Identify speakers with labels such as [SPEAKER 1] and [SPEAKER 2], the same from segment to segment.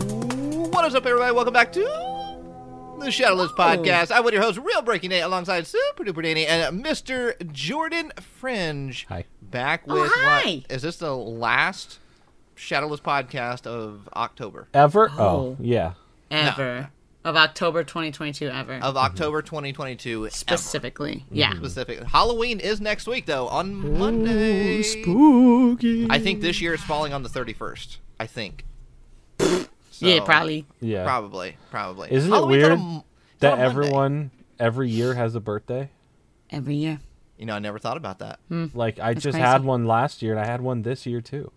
[SPEAKER 1] What is up, everybody? Welcome back to the Shadowless Podcast. I'm with your host, Real Breaking Nate, alongside Super Duper Danny and Mr. Jordan Fringe.
[SPEAKER 2] Hi.
[SPEAKER 1] Back
[SPEAKER 3] Oh,
[SPEAKER 1] with
[SPEAKER 3] hi.
[SPEAKER 1] what? Is this the last Shadowless Podcast of October?
[SPEAKER 2] Ever? Oh,
[SPEAKER 3] Oh.
[SPEAKER 2] yeah.
[SPEAKER 3] ever of October 2022 ever
[SPEAKER 2] Mm-hmm.
[SPEAKER 1] Of Mm-hmm. October 2022.
[SPEAKER 3] specifically. Yeah.
[SPEAKER 1] Specific. Halloween is next week, though, on Monday.
[SPEAKER 2] Oh, Spooky.
[SPEAKER 1] I think this year is falling on the 31st. I think.
[SPEAKER 3] Yeah,
[SPEAKER 1] So,
[SPEAKER 3] probably.
[SPEAKER 2] Yeah.
[SPEAKER 1] Probably. Probably.
[SPEAKER 2] Isn't it
[SPEAKER 1] Halloween's on a
[SPEAKER 2] weird
[SPEAKER 1] m- it's on
[SPEAKER 2] That
[SPEAKER 1] a Monday.
[SPEAKER 2] everyone every year has a birthday.
[SPEAKER 3] Every year.
[SPEAKER 1] You know, I never thought about that.
[SPEAKER 2] Like I just
[SPEAKER 3] Mm-hmm. crazy.
[SPEAKER 2] had one last year, and I had one this year too.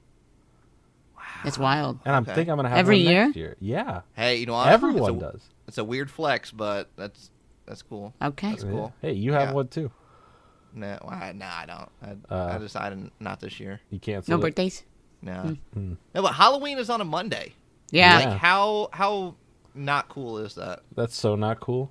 [SPEAKER 3] It's wild.
[SPEAKER 2] And I'm
[SPEAKER 1] Okay.
[SPEAKER 2] thinking I'm gonna have
[SPEAKER 3] Every
[SPEAKER 2] one next year. Yeah.
[SPEAKER 1] Hey, you know what?
[SPEAKER 2] Everyone
[SPEAKER 1] it's a,
[SPEAKER 2] does.
[SPEAKER 1] It's a weird flex, but that's that's cool.
[SPEAKER 3] Okay.
[SPEAKER 1] That's cool.
[SPEAKER 2] Hey, you have
[SPEAKER 1] Yeah.
[SPEAKER 2] one too.
[SPEAKER 1] No, I, no, I don't. I, I
[SPEAKER 2] Uh.
[SPEAKER 1] decided not this year.
[SPEAKER 2] You can't.
[SPEAKER 3] No birthdays.
[SPEAKER 1] No.
[SPEAKER 2] Hmm.
[SPEAKER 1] No, but Halloween is on a Monday.
[SPEAKER 3] Hmm. Yeah.
[SPEAKER 1] Like how how not cool is that?
[SPEAKER 2] That's so not cool.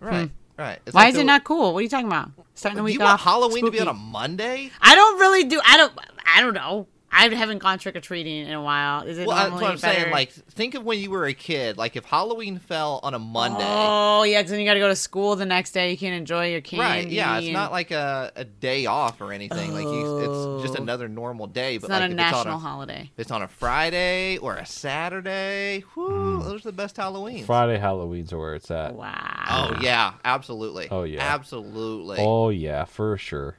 [SPEAKER 1] Right. Right. It's
[SPEAKER 3] Hmm. Why
[SPEAKER 1] like
[SPEAKER 3] is
[SPEAKER 1] the-
[SPEAKER 3] it not cool? What are you talking about? Starting the
[SPEAKER 1] Do
[SPEAKER 3] week
[SPEAKER 1] you
[SPEAKER 3] off.
[SPEAKER 1] want Halloween to be
[SPEAKER 3] spooky.
[SPEAKER 1] on a Monday?
[SPEAKER 3] I don't really do. I don't. I don't know. I haven't gone trick or treating in a while. Is it
[SPEAKER 1] Well, that's
[SPEAKER 3] normally
[SPEAKER 1] what I'm
[SPEAKER 3] better?
[SPEAKER 1] saying. Like, think of when you were a kid. Like, if Halloween fell on a Monday,
[SPEAKER 3] Oh yeah, 'cause then you got to go to school the next day. You can't enjoy your candy.
[SPEAKER 1] right? Yeah, it's
[SPEAKER 3] and-
[SPEAKER 1] not like a, a day off or anything. Like, you, it's just
[SPEAKER 3] Oh.
[SPEAKER 1] another normal day. But
[SPEAKER 3] it's not
[SPEAKER 1] like,
[SPEAKER 3] a
[SPEAKER 1] if it's on
[SPEAKER 3] national
[SPEAKER 1] a,
[SPEAKER 3] holiday.
[SPEAKER 1] If it's on a Friday or a Saturday, whoo, those are the best Halloweens.
[SPEAKER 2] Hmm. Friday Halloween's are where it's at.
[SPEAKER 3] Wow.
[SPEAKER 1] Oh yeah, absolutely.
[SPEAKER 2] Oh, yeah.
[SPEAKER 1] absolutely.
[SPEAKER 2] Oh yeah, for sure.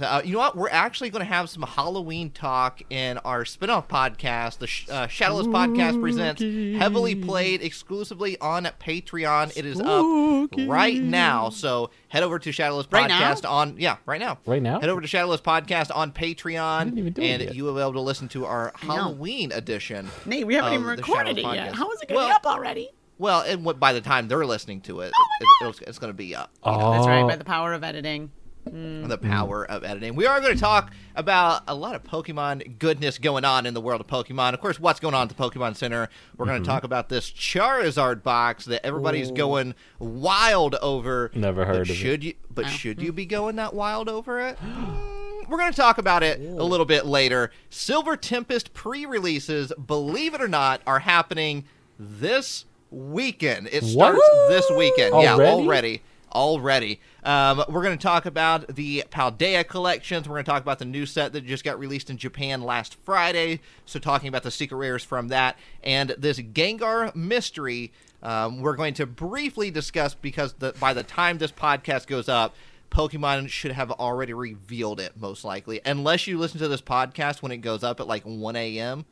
[SPEAKER 1] Uh, you know what? We're actually going to have some Halloween talk in our spin-off podcast. The Sh- uh, Shadowless Podcast presents heavily played exclusively on Patreon. It is
[SPEAKER 2] Spooky.
[SPEAKER 1] up right now, so head over to Shadowless
[SPEAKER 3] Right now?
[SPEAKER 1] Podcast on yeah, right now.
[SPEAKER 2] Right now?
[SPEAKER 1] Head over to Shadowless Podcast on Patreon,
[SPEAKER 2] didn't even do it
[SPEAKER 1] and
[SPEAKER 2] yet.
[SPEAKER 1] you will be able to listen to our Halloween edition.
[SPEAKER 3] Nate, we
[SPEAKER 1] of
[SPEAKER 3] haven't even
[SPEAKER 1] Oh, the
[SPEAKER 3] recorded it
[SPEAKER 1] Shadowless
[SPEAKER 3] yet.
[SPEAKER 1] podcast.
[SPEAKER 3] How is it going to
[SPEAKER 1] Well,
[SPEAKER 3] be up already?
[SPEAKER 1] Well, and what, by the time they're listening to
[SPEAKER 3] Oh
[SPEAKER 1] it, it it's, it's going to be up. you know,
[SPEAKER 2] Oh.
[SPEAKER 3] That's right. By the power of editing.
[SPEAKER 2] Mm-hmm.
[SPEAKER 1] The power of editing. We are going to talk about a lot of Pokemon goodness going on in the world of Pokemon. Of course, what's going on at the Pokemon Center. We're
[SPEAKER 2] Mm-hmm.
[SPEAKER 1] going to talk about this Charizard box that everybody's going wild over.
[SPEAKER 2] Never heard
[SPEAKER 1] but
[SPEAKER 2] of it.
[SPEAKER 1] should You, but should you be going that wild over it? Mm, We're going to talk about it a little bit later. Silver Tempest pre releases, believe it or not, are happening this weekend. It
[SPEAKER 2] What?
[SPEAKER 1] starts this weekend. Yeah,
[SPEAKER 2] Already?
[SPEAKER 1] already already. Um, we're going to talk about the Paldea collections. We're going to talk about the new set that just got released in Japan last Friday. So, talking about the secret rares from that and this Gengar mystery. Um, we're going to briefly discuss because the, by the time this podcast goes up, Pokemon should have already revealed it, most likely. Unless you listen to this podcast when it goes up at like 1 a.m.,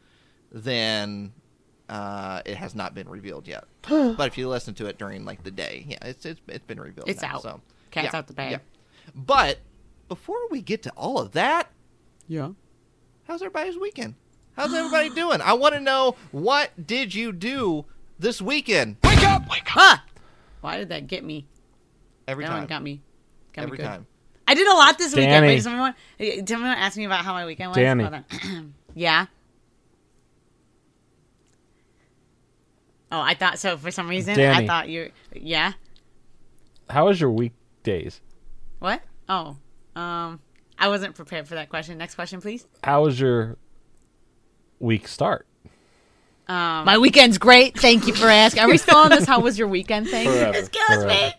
[SPEAKER 1] then uh, it has not been revealed yet. but if you listen to it during like the day, yeah, it's it's, it's been revealed.
[SPEAKER 3] It's
[SPEAKER 1] now,
[SPEAKER 3] out.
[SPEAKER 1] So,
[SPEAKER 3] Cat's
[SPEAKER 1] yeah,
[SPEAKER 3] out the bag.
[SPEAKER 1] yeah. But before we get to all of that,
[SPEAKER 3] Yeah.
[SPEAKER 1] how's everybody's weekend? How's everybody doing? I want to know what did you do this weekend? Wake up! Wake up!
[SPEAKER 3] Ah! Why did that get me?
[SPEAKER 1] Every
[SPEAKER 3] That
[SPEAKER 1] time.
[SPEAKER 3] one got me. Got
[SPEAKER 1] Every
[SPEAKER 3] me good.
[SPEAKER 1] time.
[SPEAKER 3] I did a lot this weekend.
[SPEAKER 2] Danny.
[SPEAKER 3] Wait, someone, eh, someone asked me about how my weekend was.
[SPEAKER 2] Danny.
[SPEAKER 3] Hold on. yeah. Oh, I thought so. For some reason,
[SPEAKER 2] Danny.
[SPEAKER 3] I thought you. Yeah.
[SPEAKER 2] How was your weekdays?
[SPEAKER 3] What? Oh. Um. I wasn't prepared for that question. Next question, please.
[SPEAKER 2] How was your week start?
[SPEAKER 3] Um, my weekend's great. Thank you for asking. Are we still on this? How was your weekend thing?
[SPEAKER 2] Forever,
[SPEAKER 3] Excuse me.
[SPEAKER 2] forever.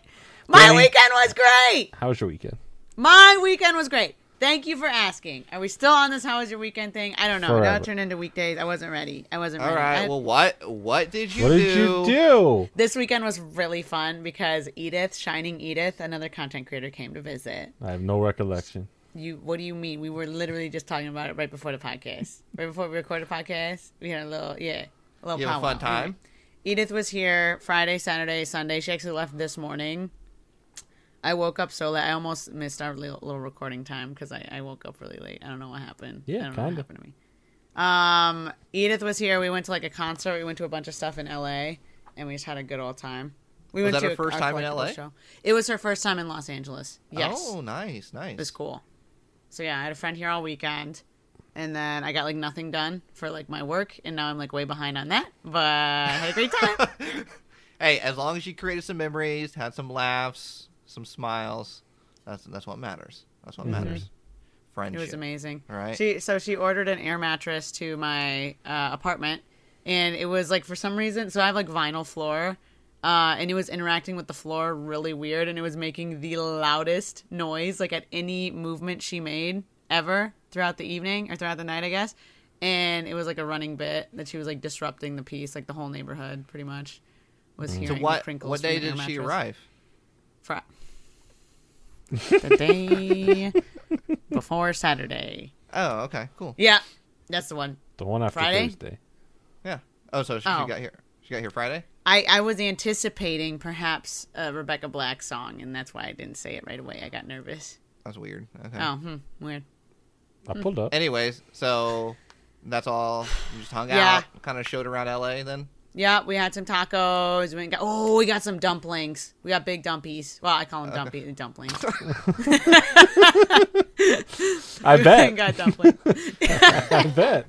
[SPEAKER 3] My
[SPEAKER 2] Danny.
[SPEAKER 3] weekend was great.
[SPEAKER 2] How was your weekend?
[SPEAKER 3] My weekend was great. Thank you for asking. Are we still on this? How was your weekend thing? I don't know. Now
[SPEAKER 2] Forever.
[SPEAKER 3] it turned into weekdays. I wasn't ready. I wasn't
[SPEAKER 1] All
[SPEAKER 3] ready.
[SPEAKER 1] right.
[SPEAKER 3] I-
[SPEAKER 1] Well, what what did you
[SPEAKER 2] What
[SPEAKER 1] do?
[SPEAKER 2] did you do?
[SPEAKER 3] this weekend was really fun because Edith, Shining Edith, another content creator, came to visit.
[SPEAKER 2] I have no recollection.
[SPEAKER 3] You, what do you mean? We were literally just talking about it right before the podcast. right before we recorded the podcast, we had a little, yeah, a little
[SPEAKER 1] You have a fun
[SPEAKER 3] powwow. We were-
[SPEAKER 1] time?
[SPEAKER 3] Edith was here Friday, Saturday, Sunday. She actually left this morning. I woke up so late. I almost missed our little, little recording time because I, I woke up really late. I don't know what happened.
[SPEAKER 2] Yeah,
[SPEAKER 3] I don't know what
[SPEAKER 2] kinda.
[SPEAKER 3] happened to me. Um, Edith was here. We went to like a concert. We went to a bunch of stuff in L.A. and we just had a good old time. We
[SPEAKER 1] Was
[SPEAKER 3] went
[SPEAKER 1] that her
[SPEAKER 3] to a-
[SPEAKER 1] first
[SPEAKER 3] our
[SPEAKER 1] time in
[SPEAKER 3] collectibles
[SPEAKER 1] LA?
[SPEAKER 3] Show. It was her first time in Los Angeles. Yes,
[SPEAKER 1] Oh, nice, nice.
[SPEAKER 3] it was cool. So yeah, I had a friend here all weekend, and then I got like nothing done for like my work, and now I'm like way behind on that. But I had a great time.
[SPEAKER 1] Hey, as long as you created some memories, had some laughs, some smiles, that's that's what matters. That's what matters.
[SPEAKER 3] It
[SPEAKER 1] Friendship.
[SPEAKER 3] was amazing.
[SPEAKER 1] All right.
[SPEAKER 3] She so she ordered an air mattress to my uh, apartment, and it was like for some reason. So I have like vinyl floor, uh, and it was interacting with the floor really weird, and it was making the loudest noise like at any movement she made ever throughout the evening or throughout the night, I guess. And it was like a running bit that she was like disrupting the piece, like the whole neighborhood pretty much was hearing
[SPEAKER 1] Mm. So
[SPEAKER 3] the
[SPEAKER 1] what?
[SPEAKER 3] crinkles
[SPEAKER 1] What
[SPEAKER 3] from
[SPEAKER 1] day
[SPEAKER 3] the air
[SPEAKER 1] did she
[SPEAKER 3] mattress.
[SPEAKER 1] arrive?
[SPEAKER 3] Fri- the day before Saturday.
[SPEAKER 1] Oh, okay, cool.
[SPEAKER 3] Yeah, that's the one.
[SPEAKER 2] The one after
[SPEAKER 3] Friday?
[SPEAKER 2] Thursday.
[SPEAKER 1] Yeah. Oh, so she, she
[SPEAKER 3] Oh.
[SPEAKER 1] got here. She got here Friday.
[SPEAKER 3] I, I was anticipating perhaps a Rebecca Black song, and that's why I didn't say it right away. I got nervous.
[SPEAKER 1] That's weird. Okay.
[SPEAKER 3] Oh, hmm, weird.
[SPEAKER 2] I
[SPEAKER 3] Hmm.
[SPEAKER 2] pulled up.
[SPEAKER 1] Anyways, so that's all. You just hung
[SPEAKER 3] Yeah.
[SPEAKER 1] out, kind of showed around LA. Then
[SPEAKER 3] Yeah, we had some tacos. We got oh, we got some dumplings. We got big dumpies. Well, I call them dumpy dumplings.
[SPEAKER 2] I
[SPEAKER 3] we
[SPEAKER 2] bet.
[SPEAKER 3] got dumplings.
[SPEAKER 2] I bet.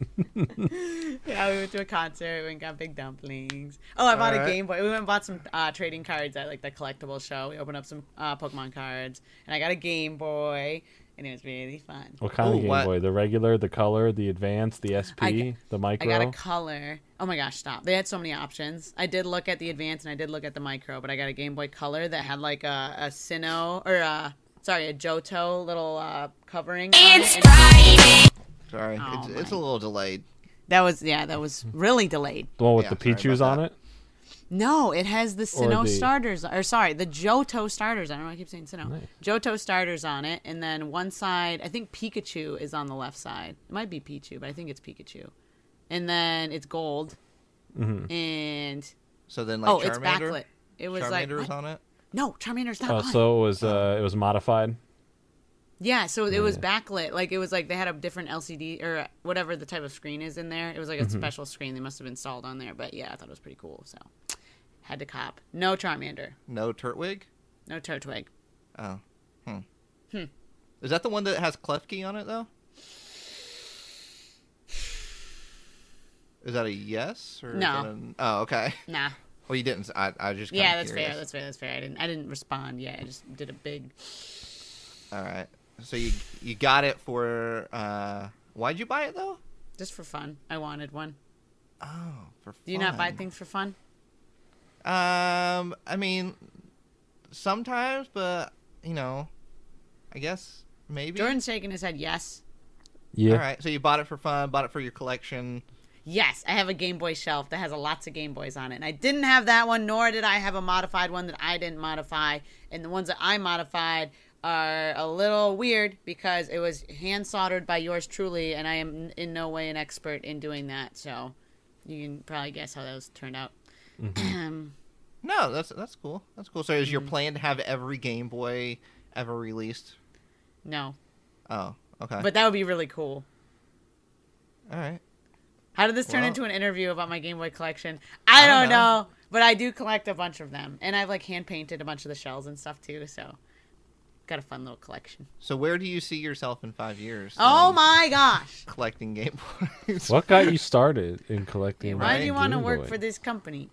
[SPEAKER 3] yeah, we went to a concert. We went and got big dumplings. Oh, I bought a
[SPEAKER 1] Alright.
[SPEAKER 3] Game Boy. We went and bought some uh, trading cards at like the collectible show. We opened up some uh, Pokemon cards, and I got a Game Boy, and it was really fun.
[SPEAKER 2] What kind
[SPEAKER 1] Ooh,
[SPEAKER 2] of Game
[SPEAKER 1] what-
[SPEAKER 2] Boy? The regular, the color, the advanced, the SP,
[SPEAKER 3] I g-
[SPEAKER 2] the
[SPEAKER 3] I
[SPEAKER 2] micro.
[SPEAKER 3] got a color. Oh my gosh, stop. They had so many options. I did look at the advance and I did look at the micro, but I got a Game Boy Color that had like a, a Sinnoh or a, sorry, a Johto little uh, covering. on it. And
[SPEAKER 1] sorry, it's,
[SPEAKER 3] Oh,
[SPEAKER 1] it's a
[SPEAKER 3] my.
[SPEAKER 1] little delayed.
[SPEAKER 3] That was, yeah, that was
[SPEAKER 2] Hmm.
[SPEAKER 3] really delayed.
[SPEAKER 2] the one with
[SPEAKER 1] Yeah,
[SPEAKER 2] the
[SPEAKER 1] sorry
[SPEAKER 2] Pichus
[SPEAKER 1] about
[SPEAKER 2] on
[SPEAKER 1] that.
[SPEAKER 2] it.
[SPEAKER 3] No, it has the
[SPEAKER 2] Or
[SPEAKER 3] Sinnoh
[SPEAKER 2] the-
[SPEAKER 3] starters, or sorry, the Johto starters. I don't know why I keep saying Sinnoh.
[SPEAKER 2] Nice.
[SPEAKER 3] Johto starters on it, and then one side, I think Pikachu is on the left side. It might be Pichu, but I think it's Pikachu. And then it's gold.
[SPEAKER 2] Mm-hmm.
[SPEAKER 3] And,
[SPEAKER 1] So then, like,
[SPEAKER 3] oh,
[SPEAKER 1] Charmander,
[SPEAKER 3] it's backlit. It was
[SPEAKER 1] Charmander
[SPEAKER 3] like,
[SPEAKER 1] was
[SPEAKER 3] what?
[SPEAKER 1] on it.
[SPEAKER 3] no, Charmander's not
[SPEAKER 2] Oh,
[SPEAKER 3] on.
[SPEAKER 2] so it was uh, it was modified.
[SPEAKER 3] Yeah, so it was backlit. Like it was like they had a different LCD or whatever the type of screen is in there. It was like
[SPEAKER 1] Mm-hmm.
[SPEAKER 3] a special screen they must have installed on there. But yeah, I thought it was pretty cool. So had to cop. No Charmander.
[SPEAKER 1] No Turtwig.
[SPEAKER 3] No Turtwig.
[SPEAKER 1] Oh, hmm. Is that the one that has Klefki on it though? Is that a yes or is
[SPEAKER 3] No.
[SPEAKER 1] that a- oh, okay.
[SPEAKER 3] Nah.
[SPEAKER 1] Well, you didn't. s- I, I was just. kinda
[SPEAKER 3] Yeah, that's
[SPEAKER 1] curious.
[SPEAKER 3] fair. That's fair. That's fair. I didn't. I didn't respond yet. I just did a big.
[SPEAKER 1] All right. So you you got it for uh why'd you buy it though?
[SPEAKER 3] Just for fun, I wanted one.
[SPEAKER 1] Oh, for
[SPEAKER 3] Do you not buy
[SPEAKER 1] fun.
[SPEAKER 3] things for fun?
[SPEAKER 1] Um, I mean, sometimes, but you know, I guess maybe.
[SPEAKER 3] Jordan's shaking his head. Yes,
[SPEAKER 2] Yeah.
[SPEAKER 1] All right. So you bought it for fun. Bought it for your collection.
[SPEAKER 3] yes. I have a Game Boy shelf that has a lots of Game Boys on it, and I didn't have that one, nor did I have a modified one that I didn't modify. And the ones that I modified are a little weird because it was hand soldered by yours truly, and I am in no way an expert in doing that. So you can probably guess how those turned out.
[SPEAKER 1] No, that's that's cool. That's cool. So is
[SPEAKER 3] Mm-hmm.
[SPEAKER 1] your plan to have every Game Boy ever released?
[SPEAKER 3] no,
[SPEAKER 1] Oh, okay.
[SPEAKER 3] but that would be really cool.
[SPEAKER 1] all right.
[SPEAKER 3] How did this turn
[SPEAKER 1] Well-
[SPEAKER 3] into an interview about my Game Boy collection? I,
[SPEAKER 1] don't
[SPEAKER 3] don't
[SPEAKER 1] know.
[SPEAKER 3] know. but I do collect a bunch of them, and I've like hand painted a bunch of the shells and stuff too. So, got a fun little collection.
[SPEAKER 1] So where do you see yourself in five years?
[SPEAKER 3] Oh
[SPEAKER 1] um,
[SPEAKER 3] my gosh!
[SPEAKER 1] Collecting Game Boys.
[SPEAKER 2] What got you started in collecting?
[SPEAKER 3] Why do you want to
[SPEAKER 2] Game
[SPEAKER 3] work
[SPEAKER 2] Boy?
[SPEAKER 3] for this company?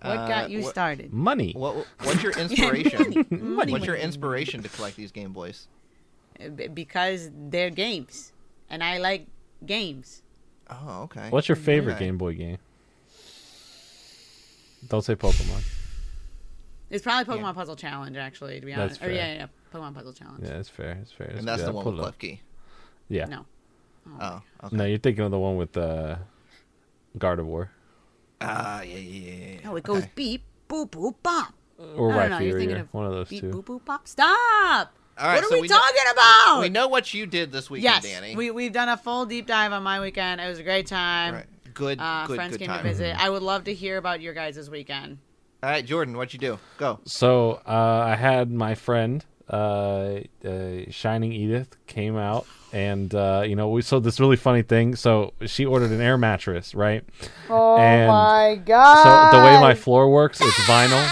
[SPEAKER 3] What
[SPEAKER 1] Uh,
[SPEAKER 3] got you
[SPEAKER 1] what-
[SPEAKER 3] started?
[SPEAKER 2] money?
[SPEAKER 1] What what's your inspiration?
[SPEAKER 3] Money,
[SPEAKER 1] what's your
[SPEAKER 3] money,
[SPEAKER 1] inspiration to collect these Game Boys?
[SPEAKER 3] B- Because they're games, and I like games.
[SPEAKER 1] Oh, okay.
[SPEAKER 2] What's your favorite
[SPEAKER 1] Okay.
[SPEAKER 2] Game Boy game? Don't say Pokemon.
[SPEAKER 3] It's probably Pokemon
[SPEAKER 1] Yeah.
[SPEAKER 3] Puzzle Challenge, actually, to be
[SPEAKER 2] That's
[SPEAKER 3] honest. Or yeah,
[SPEAKER 2] fair.
[SPEAKER 3] yeah, yeah, Pokemon Puzzle Challenge.
[SPEAKER 2] Yeah, that's fair. That's fair.
[SPEAKER 1] and that's
[SPEAKER 2] good.
[SPEAKER 1] the
[SPEAKER 2] I
[SPEAKER 1] one
[SPEAKER 2] pulled
[SPEAKER 1] with
[SPEAKER 2] up.
[SPEAKER 1] Klefki.
[SPEAKER 2] Yeah.
[SPEAKER 3] No, Hmm.
[SPEAKER 1] Oh, okay.
[SPEAKER 2] No, you're thinking of the one with uh, Gardevoir
[SPEAKER 1] Ah, yeah, yeah, yeah, yeah.
[SPEAKER 3] no, Oh, it goes
[SPEAKER 1] Okay.
[SPEAKER 3] beep, boop, boop, bop.
[SPEAKER 2] or
[SPEAKER 3] No, no, no, you're thinking
[SPEAKER 2] Rhyperior.
[SPEAKER 3] of
[SPEAKER 2] One of those
[SPEAKER 3] Beep,
[SPEAKER 2] two.
[SPEAKER 3] boop, boop, pop. Stop!
[SPEAKER 1] All right,
[SPEAKER 3] what are
[SPEAKER 1] so
[SPEAKER 3] we,
[SPEAKER 1] we know-
[SPEAKER 3] talking about?
[SPEAKER 1] We know what you did this weekend,
[SPEAKER 3] yes,
[SPEAKER 1] Danny.
[SPEAKER 3] we we've done a full deep dive on my weekend. It was a great time.
[SPEAKER 1] right. Good,
[SPEAKER 3] Uh,
[SPEAKER 1] good,
[SPEAKER 3] friends
[SPEAKER 1] good
[SPEAKER 3] came
[SPEAKER 1] time.
[SPEAKER 3] to visit. I would love to hear about your guys' weekend.
[SPEAKER 1] All right, Jordan, what'd you do? Go.
[SPEAKER 2] So uh, I had my friend, uh, uh, Shining Edith, came out, and uh, you know we saw this really funny thing. So she ordered an air mattress, right? Oh my god! So the way my floor works, it's vinyl.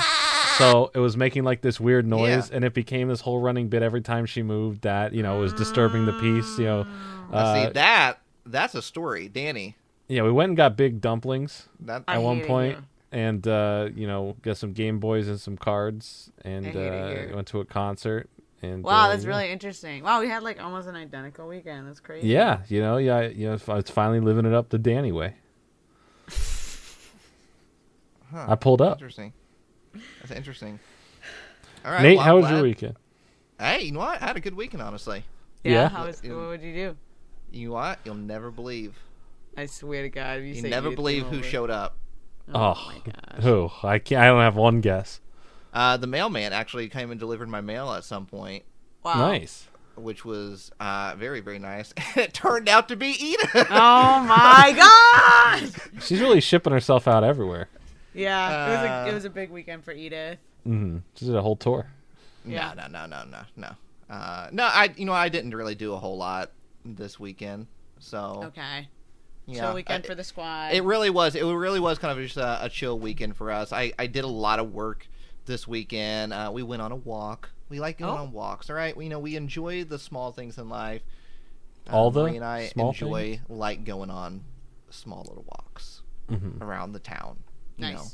[SPEAKER 2] So it was making like this weird noise,
[SPEAKER 1] Yeah.
[SPEAKER 2] and it became this whole running bit every time she moved. That you know was disturbing the piece. You know,
[SPEAKER 1] Now,
[SPEAKER 2] uh,
[SPEAKER 1] See that? That's a story, Danny.
[SPEAKER 2] yeah. We went and got big dumplings
[SPEAKER 1] That
[SPEAKER 3] I
[SPEAKER 2] at one
[SPEAKER 3] hate it
[SPEAKER 2] point
[SPEAKER 3] here.
[SPEAKER 2] and uh, you know got some Game Boys and some cards, and
[SPEAKER 3] hate it
[SPEAKER 2] uh,
[SPEAKER 3] here.
[SPEAKER 2] went to a concert. And
[SPEAKER 3] Wow,
[SPEAKER 2] uh,
[SPEAKER 3] that's
[SPEAKER 2] yeah.
[SPEAKER 3] really interesting. Wow, we had like almost an identical weekend. That's crazy.
[SPEAKER 2] Yeah, you know, yeah, you know, it's finally living it up the Danny way.
[SPEAKER 1] Huh.
[SPEAKER 2] I pulled up.
[SPEAKER 1] Interesting. That's interesting. All right,
[SPEAKER 2] Nate,
[SPEAKER 1] well, I'm
[SPEAKER 2] how was
[SPEAKER 1] glad-
[SPEAKER 2] your weekend?
[SPEAKER 1] Hey, you know what? I had a good weekend, honestly.
[SPEAKER 3] Yeah.
[SPEAKER 2] Yeah.
[SPEAKER 3] How is,
[SPEAKER 1] Yeah.
[SPEAKER 3] what would you do?
[SPEAKER 1] You know what? You'll never believe.
[SPEAKER 3] I swear to God, if you,
[SPEAKER 1] You
[SPEAKER 3] say
[SPEAKER 1] never
[SPEAKER 3] Edith
[SPEAKER 1] believe
[SPEAKER 3] came
[SPEAKER 1] who
[SPEAKER 3] over-
[SPEAKER 1] showed up.
[SPEAKER 2] Oh,
[SPEAKER 3] my gosh.
[SPEAKER 2] who? I can't. I don't have one guess.
[SPEAKER 1] Uh, the mailman actually came and delivered my mail at some point,
[SPEAKER 3] Wow.
[SPEAKER 2] Nice.
[SPEAKER 1] which was uh, very, very nice. And it turned out to be Edith.
[SPEAKER 3] Oh my God.
[SPEAKER 2] She's really shipping herself out everywhere.
[SPEAKER 3] Yeah. it was a
[SPEAKER 1] Uh,
[SPEAKER 3] it was a big weekend for Edith.
[SPEAKER 2] hmm She did a whole tour.
[SPEAKER 1] No,
[SPEAKER 3] Yeah.
[SPEAKER 1] no, no, no, no, no. Uh, no, I you know I didn't really do a whole lot this weekend, so
[SPEAKER 3] Okay.
[SPEAKER 1] yeah.
[SPEAKER 3] Chill weekend
[SPEAKER 1] I-
[SPEAKER 3] for the squad.
[SPEAKER 1] It really was. It really was kind of just a, a chill weekend for us. I, I did a lot of work this weekend. Uh, we went on a walk. We like going
[SPEAKER 3] Oh.
[SPEAKER 1] on walks. All right. We, you know, we enjoy the small things in life. Uh,
[SPEAKER 2] All the
[SPEAKER 1] Marie and I
[SPEAKER 2] small
[SPEAKER 1] enjoy like going on small little walks
[SPEAKER 2] Mhm.
[SPEAKER 1] around the town. You
[SPEAKER 3] nice.
[SPEAKER 1] know,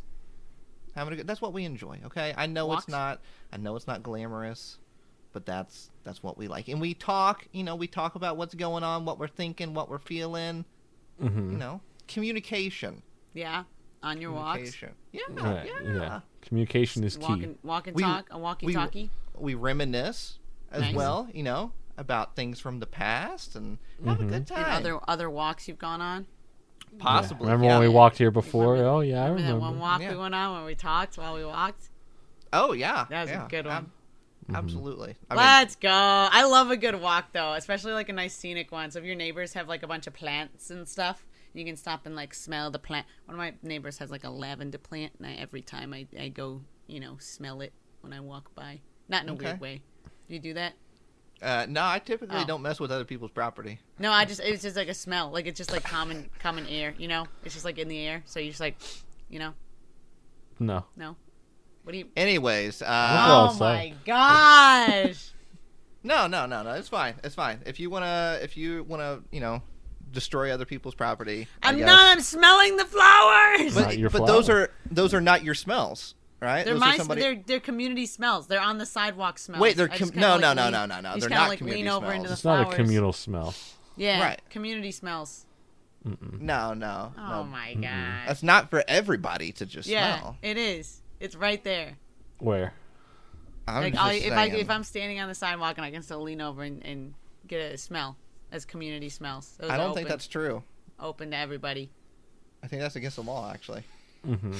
[SPEAKER 1] having a good, that's what we enjoy. Okay. I know
[SPEAKER 3] Walks?
[SPEAKER 1] it's not. I know it's not glamorous, but that's that's what we like. And we talk. You know, we talk about what's going on, what we're thinking, what we're feeling. You
[SPEAKER 2] hmm
[SPEAKER 1] know, communication.
[SPEAKER 3] Yeah. On your walks.
[SPEAKER 1] Communication. Yeah,
[SPEAKER 2] Right.
[SPEAKER 1] yeah.
[SPEAKER 2] Yeah. Communication is key.
[SPEAKER 3] Walk and, walk and
[SPEAKER 1] We-
[SPEAKER 3] talk. A walkie
[SPEAKER 1] we-
[SPEAKER 3] talkie.
[SPEAKER 1] We reminisce as
[SPEAKER 3] Nice.
[SPEAKER 1] well, you know, about things from the past and have
[SPEAKER 2] Mm-hmm.
[SPEAKER 1] a good time.
[SPEAKER 3] And other other walks you've gone on.
[SPEAKER 2] Yeah.
[SPEAKER 1] Possibly.
[SPEAKER 2] Remember
[SPEAKER 1] yeah.
[SPEAKER 2] when we walked here before? oh yeah, I
[SPEAKER 3] Remember
[SPEAKER 2] remember.
[SPEAKER 3] that one walk
[SPEAKER 1] Yeah.
[SPEAKER 3] we went on when we talked while we walked?
[SPEAKER 1] Oh yeah.
[SPEAKER 3] That was a
[SPEAKER 1] yeah,
[SPEAKER 3] good one.
[SPEAKER 1] ab-
[SPEAKER 2] Mm-hmm.
[SPEAKER 1] Absolutely. I mean,
[SPEAKER 3] Let's go. I love a good walk though, especially like a nice scenic one. So if your neighbors have like a bunch of plants and stuff, you can stop and like smell the plant. One of my neighbors has like a lavender plant, and I, every time I, I go, you know, smell it when I walk by. Not in a
[SPEAKER 1] Okay.
[SPEAKER 3] weird way. You do that?
[SPEAKER 1] uh, no, I typically
[SPEAKER 3] Oh.
[SPEAKER 1] don't mess with other people's property.
[SPEAKER 3] No, I just it's just like a smell. Like it's just like common common air, you know? It's just like in the air. So you just like, you know,
[SPEAKER 2] No.
[SPEAKER 3] no. What do you?
[SPEAKER 1] Anyways,
[SPEAKER 2] We'll
[SPEAKER 1] uh,
[SPEAKER 2] go
[SPEAKER 3] Oh my
[SPEAKER 2] outside.
[SPEAKER 3] gosh!
[SPEAKER 1] no, no, no, no. It's fine. It's fine. If you wanna, if you wanna, you know, destroy other people's property, I
[SPEAKER 3] I'm
[SPEAKER 1] guess.
[SPEAKER 3] not. I'm smelling the flowers.
[SPEAKER 1] But,
[SPEAKER 2] Not your
[SPEAKER 1] but those
[SPEAKER 2] flower.
[SPEAKER 1] are those are not your smells, right?
[SPEAKER 3] They're
[SPEAKER 1] those
[SPEAKER 3] my
[SPEAKER 1] are somebody.
[SPEAKER 3] they're, they're community smells. They're on the sidewalk smells.
[SPEAKER 1] Wait, they're
[SPEAKER 3] I just
[SPEAKER 1] com-
[SPEAKER 3] kinda,
[SPEAKER 1] no,
[SPEAKER 3] like,
[SPEAKER 1] no, no,
[SPEAKER 3] lean-
[SPEAKER 1] no, no, no.
[SPEAKER 3] you just
[SPEAKER 1] They're
[SPEAKER 3] kinda,
[SPEAKER 1] not
[SPEAKER 3] like, lean
[SPEAKER 1] community
[SPEAKER 3] over
[SPEAKER 1] smells.
[SPEAKER 3] into the
[SPEAKER 2] It's not a
[SPEAKER 3] flowers.
[SPEAKER 2] communal smell.
[SPEAKER 3] Yeah,
[SPEAKER 1] Right.
[SPEAKER 3] community smells.
[SPEAKER 1] No, no,
[SPEAKER 3] Oh
[SPEAKER 1] no.
[SPEAKER 3] my god.
[SPEAKER 1] That's not for everybody to just
[SPEAKER 3] yeah,
[SPEAKER 1] smell.
[SPEAKER 3] it is. It's right there.
[SPEAKER 2] Where?
[SPEAKER 1] I'm
[SPEAKER 3] like
[SPEAKER 1] just
[SPEAKER 3] I, if I
[SPEAKER 1] saying.
[SPEAKER 3] if I'm standing on the sidewalk and I can still lean over and, and get a smell as community smells. Those
[SPEAKER 1] I
[SPEAKER 3] are
[SPEAKER 1] don't
[SPEAKER 3] open,
[SPEAKER 1] think that's true.
[SPEAKER 3] open to everybody.
[SPEAKER 1] I think that's against the law, actually.
[SPEAKER 2] hmm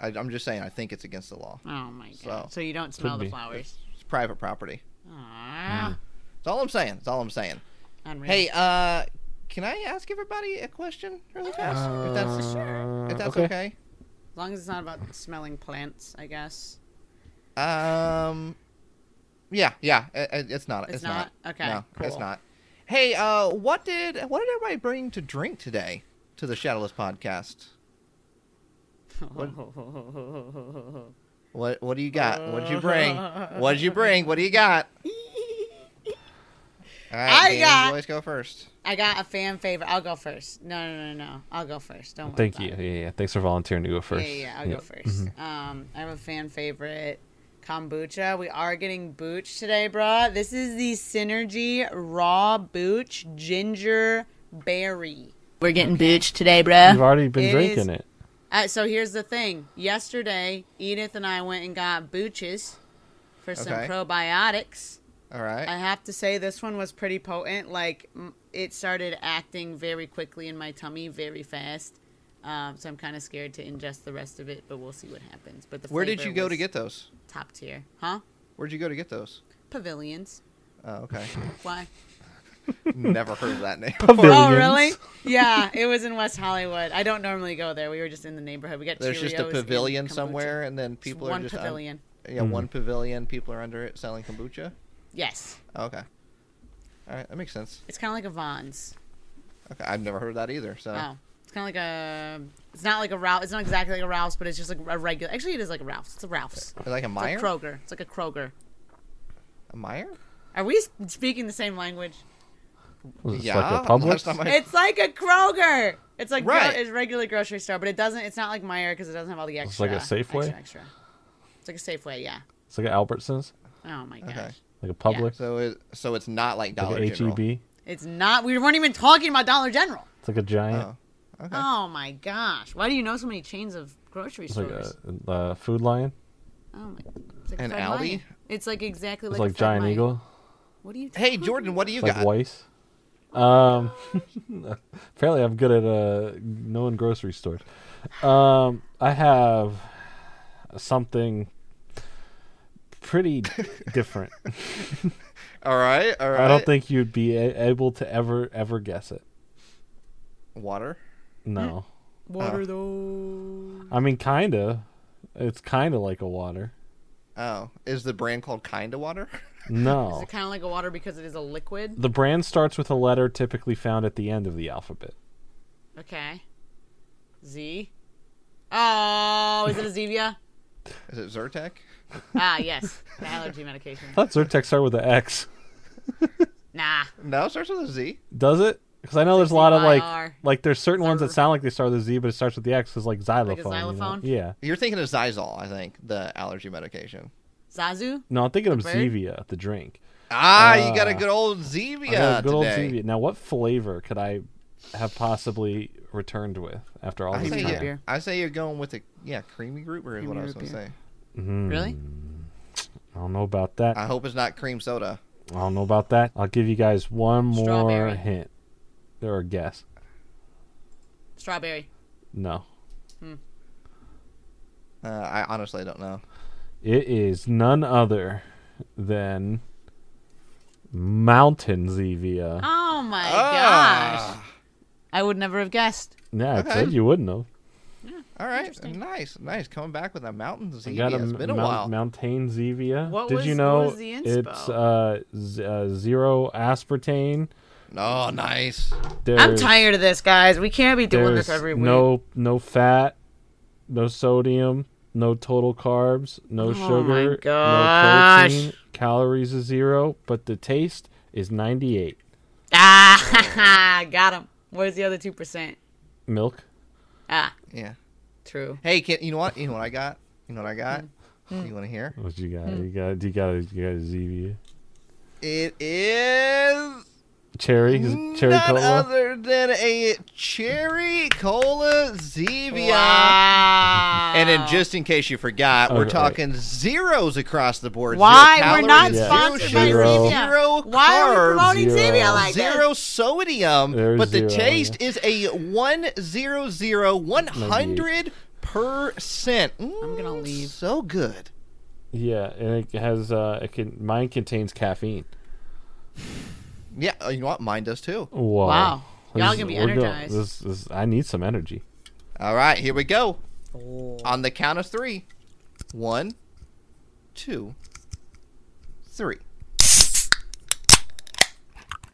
[SPEAKER 1] I, I'm just saying, I think it's against the law.
[SPEAKER 3] Oh my
[SPEAKER 1] So-
[SPEAKER 3] god. So, you don't smell the
[SPEAKER 2] be.
[SPEAKER 3] flowers.
[SPEAKER 1] It's private property.
[SPEAKER 3] Aww.
[SPEAKER 1] That's all I'm saying. That's all I'm saying.
[SPEAKER 3] Unreal.
[SPEAKER 1] Hey, uh, can I ask everybody a question really fast? if that's if that's okay.
[SPEAKER 3] as long as it's not about smelling plants, I guess.
[SPEAKER 1] Um, yeah, yeah. i- i- it's not. It's,
[SPEAKER 3] It's not? Okay,
[SPEAKER 1] No, it's
[SPEAKER 3] cool.
[SPEAKER 1] not. Hey, uh, what did what did everybody bring to drink today to the Shadowless podcast? What What do you got? What'd you bring? What'd you bring? What do you got? All right,
[SPEAKER 3] I
[SPEAKER 1] Dan,
[SPEAKER 3] got-
[SPEAKER 1] You always go first.
[SPEAKER 3] I got a fan favorite. I'll go first. No, no, no, no. I'll go first. Don't worry.
[SPEAKER 2] Thank
[SPEAKER 3] about
[SPEAKER 2] you.
[SPEAKER 3] it.
[SPEAKER 2] Yeah, yeah. Thanks for volunteering to go first.
[SPEAKER 3] Yeah, yeah, yeah, I'll
[SPEAKER 2] Yeah.
[SPEAKER 3] go 1st
[SPEAKER 2] Mm-hmm.
[SPEAKER 3] Um, I have a fan favorite kombucha. We are getting booch today, brah. This is the Synergy Raw Booch Ginger Berry. We're getting booch today, bruh.
[SPEAKER 2] You've already been
[SPEAKER 3] It
[SPEAKER 2] drinking
[SPEAKER 3] is-
[SPEAKER 2] it.
[SPEAKER 3] Uh, so here's the thing. Yesterday, Edith and I went and got booches for some
[SPEAKER 1] Okay.
[SPEAKER 3] probiotics.
[SPEAKER 1] All right.
[SPEAKER 3] I have to say this one was pretty potent. Like m- it started acting very quickly in my tummy, very fast. Um, so I'm kind of scared to ingest the rest of it, but we'll see what happens. But the
[SPEAKER 1] Where did
[SPEAKER 3] flavor
[SPEAKER 1] you go to
[SPEAKER 3] was
[SPEAKER 1] get those?
[SPEAKER 3] top tier, huh?
[SPEAKER 1] Where'd you go to get those?
[SPEAKER 3] Pavilions.
[SPEAKER 1] Oh, okay.
[SPEAKER 3] Why?
[SPEAKER 1] Never heard of that name.
[SPEAKER 3] Oh,
[SPEAKER 2] Pavilions.
[SPEAKER 3] really? Yeah, it was in West Hollywood. I don't normally go there. We were just in the neighborhood. We got
[SPEAKER 1] There's just a
[SPEAKER 3] Cheerios and
[SPEAKER 1] pavilion
[SPEAKER 3] kombucha.
[SPEAKER 1] somewhere, and then
[SPEAKER 3] It's
[SPEAKER 1] people
[SPEAKER 3] one
[SPEAKER 1] are just un-
[SPEAKER 3] pavilion.
[SPEAKER 1] yeah,
[SPEAKER 2] Mm-hmm.
[SPEAKER 1] one pavilion. People are under it selling kombucha.
[SPEAKER 3] Yes,
[SPEAKER 1] Oh, okay. All right, that makes sense.
[SPEAKER 3] it's kind of like a Vons.
[SPEAKER 1] Okay, I've never heard of that either. So
[SPEAKER 3] Oh, it's kind of like a. It's not like a Ralph. It's not exactly like a Ralph's, but it's just like a regular. Actually, it is like a Ralph's. It's a Ralph's.
[SPEAKER 1] Is it like a
[SPEAKER 3] It's
[SPEAKER 1] Meyer?
[SPEAKER 3] like Kroger. It's like a Kroger.
[SPEAKER 1] a Meyer?
[SPEAKER 3] Are we s- speaking the same language?
[SPEAKER 2] Was it
[SPEAKER 1] Yeah.
[SPEAKER 2] like a Publix?
[SPEAKER 1] last time I-
[SPEAKER 3] It's like a Kroger. It's like
[SPEAKER 1] Right.
[SPEAKER 3] right. it's regular grocery store, but it doesn't. It's not like Meyer because it doesn't have all the
[SPEAKER 2] It's
[SPEAKER 3] extra.
[SPEAKER 2] like a Safeway?
[SPEAKER 3] Extra, extra. It's like a Safeway, yeah.
[SPEAKER 2] It's like an Albertsons,
[SPEAKER 3] Oh my gosh.
[SPEAKER 1] Okay.
[SPEAKER 2] like a Publix,
[SPEAKER 1] so it so it's not like Dollar
[SPEAKER 2] like a E
[SPEAKER 1] General.
[SPEAKER 2] HEB.
[SPEAKER 3] It's not. We weren't even talking about Dollar General.
[SPEAKER 2] It's like a giant.
[SPEAKER 1] Oh, okay.
[SPEAKER 3] Oh my gosh. Why do you know so many chains of grocery
[SPEAKER 2] It's like
[SPEAKER 3] stores.
[SPEAKER 2] a, a food lion.
[SPEAKER 3] oh my! It's like
[SPEAKER 1] An
[SPEAKER 3] Fred
[SPEAKER 1] Aldi?
[SPEAKER 3] Meyer. It's like exactly
[SPEAKER 2] It's
[SPEAKER 3] like,
[SPEAKER 2] like,
[SPEAKER 3] a Fred
[SPEAKER 2] giant
[SPEAKER 3] Meyer.
[SPEAKER 2] eagle.
[SPEAKER 3] What do you?
[SPEAKER 1] Hey,
[SPEAKER 3] talking
[SPEAKER 1] Jordan, what do you
[SPEAKER 2] It's like
[SPEAKER 1] got?
[SPEAKER 2] Weiss. Um, apparently I'm good at uh knowing grocery stores. Um, I have something pretty different.
[SPEAKER 1] All right, all right.
[SPEAKER 2] I don't think you'd be a- able to ever ever guess it.
[SPEAKER 1] water.
[SPEAKER 2] No,
[SPEAKER 3] What
[SPEAKER 1] Uh.
[SPEAKER 3] are those?
[SPEAKER 2] I mean kinda. It's kinda like a water.
[SPEAKER 1] Oh, is the brand called Kinda Water?
[SPEAKER 3] Is
[SPEAKER 2] No,
[SPEAKER 3] it kind of like a water because it is a liquid?
[SPEAKER 2] the brand starts with a letter typically found at the end of the alphabet.
[SPEAKER 3] Okay. Z. Oh, is it a Zevia?
[SPEAKER 1] Is it Zyrtec?
[SPEAKER 3] ah, yes, the allergy medication.
[SPEAKER 2] I thought Zyrtec started with an X.
[SPEAKER 3] Nah.
[SPEAKER 1] No, it starts with a Z.
[SPEAKER 2] Does it? Because I know there's a lot of like
[SPEAKER 3] ZYR.
[SPEAKER 2] like there's certain ones that
[SPEAKER 3] Zyr.
[SPEAKER 2] sound like they start with a Z, but it starts with the X. Is like xylophone. you know?
[SPEAKER 3] xylophone?
[SPEAKER 2] Yeah.
[SPEAKER 1] You're thinking of Zyzol, I think, the allergy medication.
[SPEAKER 3] Zazu?
[SPEAKER 2] No, I'm thinking of
[SPEAKER 3] bird?
[SPEAKER 2] Zevia, the drink.
[SPEAKER 1] Ah, you got a
[SPEAKER 2] Ah.
[SPEAKER 1] good old
[SPEAKER 2] I got
[SPEAKER 1] Zevia
[SPEAKER 2] a good
[SPEAKER 1] today.
[SPEAKER 2] old Zevia. Now, what flavor could I have possibly returned with after all
[SPEAKER 1] I
[SPEAKER 2] this
[SPEAKER 1] say,
[SPEAKER 3] Root
[SPEAKER 2] time?
[SPEAKER 1] you,
[SPEAKER 3] beer.
[SPEAKER 1] I say you're going with a yeah creamy root beer is what I
[SPEAKER 3] Creamy
[SPEAKER 1] was
[SPEAKER 3] root
[SPEAKER 1] going to
[SPEAKER 3] beer.
[SPEAKER 1] say. Hmm.
[SPEAKER 3] Really?
[SPEAKER 2] Mm-hmm. I don't know about that.
[SPEAKER 1] I
[SPEAKER 2] I
[SPEAKER 1] hope it's not cream soda.
[SPEAKER 2] don't know about that. I'll give you guys one more
[SPEAKER 3] Strawberry.
[SPEAKER 2] hint. Or a guess.
[SPEAKER 3] Strawberry.
[SPEAKER 2] No.
[SPEAKER 1] Uh, I honestly don't know.
[SPEAKER 2] It is none other than Mountain Zevia.
[SPEAKER 3] Oh my gosh.
[SPEAKER 1] Ah.
[SPEAKER 3] I would never have guessed.
[SPEAKER 2] yeah,
[SPEAKER 1] okay.
[SPEAKER 2] I said you wouldn't have.
[SPEAKER 1] All right, nice, nice. Coming back with a mountain
[SPEAKER 2] I
[SPEAKER 1] Zevia.
[SPEAKER 2] got a
[SPEAKER 1] it's been a
[SPEAKER 2] Mount-
[SPEAKER 1] while.
[SPEAKER 2] Mountain Zevia.
[SPEAKER 3] What
[SPEAKER 2] Did
[SPEAKER 3] was-
[SPEAKER 2] you
[SPEAKER 3] what
[SPEAKER 2] know
[SPEAKER 3] was the inspo?
[SPEAKER 2] it's uh, z- uh, zero aspartame?
[SPEAKER 1] Oh, nice.
[SPEAKER 2] There's,
[SPEAKER 3] I'm tired of this, guys. We can't be doing this
[SPEAKER 2] there's
[SPEAKER 3] every week.
[SPEAKER 2] No, no fat, no sodium, no total carbs, no
[SPEAKER 3] Oh my
[SPEAKER 2] sugar, no
[SPEAKER 3] gosh.
[SPEAKER 2] protein. Calories is zero, but the taste is 98.
[SPEAKER 3] Ah, got him. Where's the other 2%?
[SPEAKER 2] Milk.
[SPEAKER 3] Ah,
[SPEAKER 1] Yeah.
[SPEAKER 3] true.
[SPEAKER 1] Hey, can, you know what? You know what I got? You know what I got?
[SPEAKER 3] Mm.
[SPEAKER 1] You want to hear?
[SPEAKER 2] What you got?
[SPEAKER 3] Hmm.
[SPEAKER 2] You got? You got? A, you got a Zevia?
[SPEAKER 1] It is
[SPEAKER 2] Cherry, cherry
[SPEAKER 1] none
[SPEAKER 2] cola.
[SPEAKER 1] other than a cherry cola Zevia.
[SPEAKER 3] Wow.
[SPEAKER 1] And then, just in case you forgot,
[SPEAKER 2] Okay,
[SPEAKER 1] we're
[SPEAKER 2] right.
[SPEAKER 1] talking zeros across the board.
[SPEAKER 3] Why?
[SPEAKER 1] Zero
[SPEAKER 3] We're not
[SPEAKER 1] calories,
[SPEAKER 3] sponsored
[SPEAKER 1] zero
[SPEAKER 2] by
[SPEAKER 1] sugar,
[SPEAKER 2] Zevia.
[SPEAKER 1] Zero
[SPEAKER 3] Why are we
[SPEAKER 1] carbs,
[SPEAKER 3] promoting
[SPEAKER 2] Zero.
[SPEAKER 3] Zevia like
[SPEAKER 1] zero sodium,
[SPEAKER 2] There's
[SPEAKER 1] but the
[SPEAKER 2] zero,
[SPEAKER 1] taste is a one zero zero one hundred percent. Mm,
[SPEAKER 3] I'm gonna leave.
[SPEAKER 1] So good.
[SPEAKER 2] Yeah, and it has. Uh, it can. Mine contains caffeine.
[SPEAKER 1] Yeah, uh, you know what? Mine does too.
[SPEAKER 2] Whoa.
[SPEAKER 3] Wow. Y'all
[SPEAKER 2] This-
[SPEAKER 3] gonna be
[SPEAKER 2] we're going-
[SPEAKER 3] energized.
[SPEAKER 2] this, this, I need some energy.
[SPEAKER 1] All right, here we go.
[SPEAKER 3] this?
[SPEAKER 1] On the count of three. One, two, three.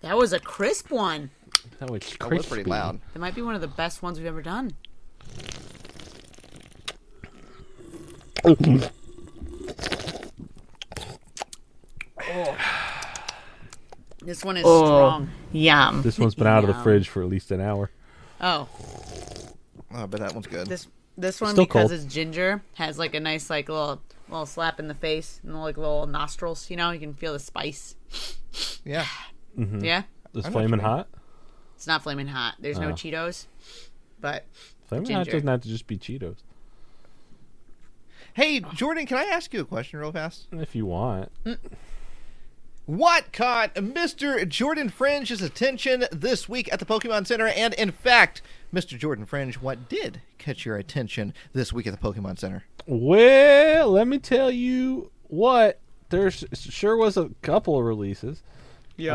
[SPEAKER 3] That was a crisp one.
[SPEAKER 2] That was, crispy.
[SPEAKER 1] That was pretty loud.
[SPEAKER 3] That might be one of the best ones we've ever done. Oh. This one is
[SPEAKER 2] Oh.
[SPEAKER 3] strong. Yum.
[SPEAKER 2] This one's been out of the
[SPEAKER 3] Yum.
[SPEAKER 2] fridge for at least an hour.
[SPEAKER 3] Oh,
[SPEAKER 1] Oh, but that one's good.
[SPEAKER 3] this this one
[SPEAKER 2] Still
[SPEAKER 3] because
[SPEAKER 2] cold.
[SPEAKER 3] it's ginger has like a nice like little little slap in the face and like little nostrils. You know, you can feel the spice.
[SPEAKER 1] Yeah.
[SPEAKER 3] Ah.
[SPEAKER 2] Mm-hmm.
[SPEAKER 3] Yeah,
[SPEAKER 2] It's
[SPEAKER 1] I know what you
[SPEAKER 2] flaming
[SPEAKER 1] mean.
[SPEAKER 2] hot.
[SPEAKER 3] it's not flaming hot. There's no
[SPEAKER 2] Uh.
[SPEAKER 3] Cheetos, but
[SPEAKER 2] Flaming hot
[SPEAKER 3] Ginger.
[SPEAKER 2] doesn't have to just be Cheetos.
[SPEAKER 1] Hey, Jordan, can I ask you a question real fast?
[SPEAKER 2] If you want,
[SPEAKER 1] What caught Mr. Jordan Fringe's attention this week at the Pokemon Center? And in fact, Mr. Jordan Fringe, what did catch your attention this week at the Pokemon Center?
[SPEAKER 2] Well, let me tell you what. There s- sure was a couple of releases. Yeah.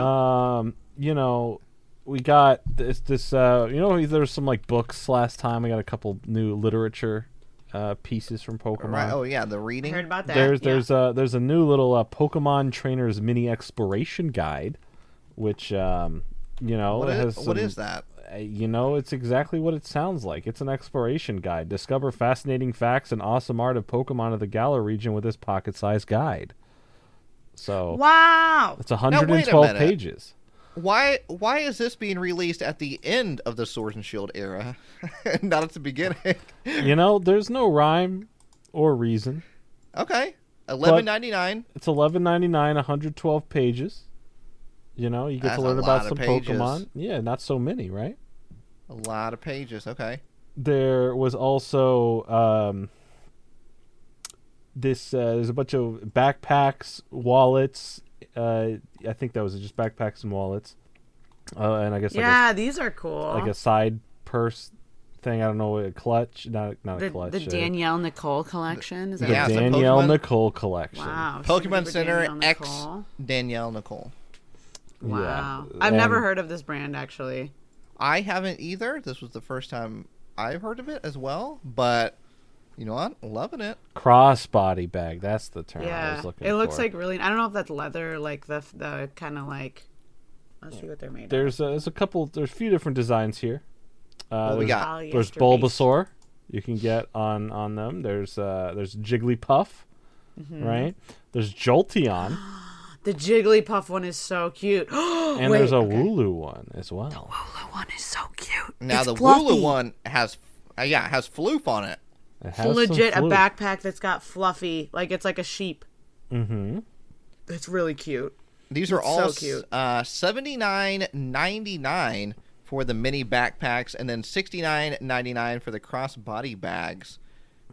[SPEAKER 2] Um, you know, we got this. This uh, you know, there was some like books last time. We got a couple new literature uh, pieces from Pokemon.
[SPEAKER 1] Right. Oh yeah, the
[SPEAKER 3] I heard
[SPEAKER 1] reading.
[SPEAKER 3] about that.
[SPEAKER 2] There's
[SPEAKER 3] yeah.
[SPEAKER 2] there's a there's a new little uh, Pokemon trainers mini exploration guide, which um, you know
[SPEAKER 1] What
[SPEAKER 2] it
[SPEAKER 1] is,
[SPEAKER 2] has
[SPEAKER 1] what
[SPEAKER 2] some-
[SPEAKER 1] is that?
[SPEAKER 2] uh, you know, it's exactly what it sounds like. It's an exploration guide. Discover fascinating facts and awesome art of Pokemon of the Galar region with this pocket-sized guide. So
[SPEAKER 3] wow.
[SPEAKER 2] it's
[SPEAKER 1] wait a
[SPEAKER 2] 112
[SPEAKER 1] minute.
[SPEAKER 2] pages.
[SPEAKER 1] Why why is this being released at the end of the Sword and Shield era, not at the beginning?
[SPEAKER 2] You know, there's no rhyme or reason.
[SPEAKER 1] okay, eleven ninety nine.
[SPEAKER 2] It's 11.99, 112 pages. You know, you get
[SPEAKER 1] That's
[SPEAKER 2] to
[SPEAKER 1] a
[SPEAKER 2] learn
[SPEAKER 1] lot
[SPEAKER 2] about
[SPEAKER 1] of
[SPEAKER 2] some
[SPEAKER 1] pages.
[SPEAKER 2] Pokemon. Yeah, not so many, right?
[SPEAKER 1] A lot of pages. Okay.
[SPEAKER 2] there was also um, this. Uh, there's a bunch of backpacks, wallets. Uh, I think that was it, just backpacks and wallets, uh, and I guess
[SPEAKER 3] yeah, these are cool.
[SPEAKER 2] like a, like a side purse thing. I don't know, a clutch, not not a
[SPEAKER 3] the,
[SPEAKER 2] clutch.
[SPEAKER 3] the
[SPEAKER 2] uh,
[SPEAKER 3] Danielle Nicole collection. Is that
[SPEAKER 2] the
[SPEAKER 1] Yeah, it's a
[SPEAKER 2] Danielle
[SPEAKER 1] Pokemon-
[SPEAKER 2] Nicole collection.
[SPEAKER 3] wow?
[SPEAKER 1] Pokemon
[SPEAKER 3] Super
[SPEAKER 1] Center
[SPEAKER 3] Danielle
[SPEAKER 1] X
[SPEAKER 3] Nicole.
[SPEAKER 1] Danielle Nicole.
[SPEAKER 2] Yeah.
[SPEAKER 3] Wow, I've never
[SPEAKER 2] And-
[SPEAKER 3] heard of this brand actually.
[SPEAKER 1] I haven't either. This was the first time I've heard of it as well, but you know what? Loving it.
[SPEAKER 2] crossbody bag. That's the term I
[SPEAKER 3] Yeah,
[SPEAKER 2] was looking
[SPEAKER 3] it looks
[SPEAKER 2] for.
[SPEAKER 3] like really. I don't know if that's leather, like the the kind of like. Let's see what they're made.
[SPEAKER 2] there's a, there's a couple. There's a few different designs here. Uh,
[SPEAKER 1] What we
[SPEAKER 2] there's-
[SPEAKER 1] got?
[SPEAKER 3] of.
[SPEAKER 2] There's
[SPEAKER 3] Polyester based.
[SPEAKER 2] Bulbasaur you can get on on them. There's uh there's Jigglypuff,
[SPEAKER 3] Mm-hmm.
[SPEAKER 2] right? There's Jolteon,
[SPEAKER 3] The Jigglypuff one is so cute. and
[SPEAKER 2] and there's a Wooloo one as well.
[SPEAKER 3] Wooloo one is so cute.
[SPEAKER 1] Now
[SPEAKER 3] It's
[SPEAKER 1] the
[SPEAKER 3] fluffy.
[SPEAKER 1] Wooloo one has uh, yeah, it has floof on it.
[SPEAKER 2] It has some
[SPEAKER 3] legit a
[SPEAKER 2] fluid.
[SPEAKER 3] backpack that's got fluffy, like it's like a sheep. Mm-hmm. It's really cute.
[SPEAKER 1] These are all
[SPEAKER 3] so
[SPEAKER 1] s-
[SPEAKER 3] cute.
[SPEAKER 1] uh 79.99 for the mini backpacks and then 69.99 for the crossbody bags.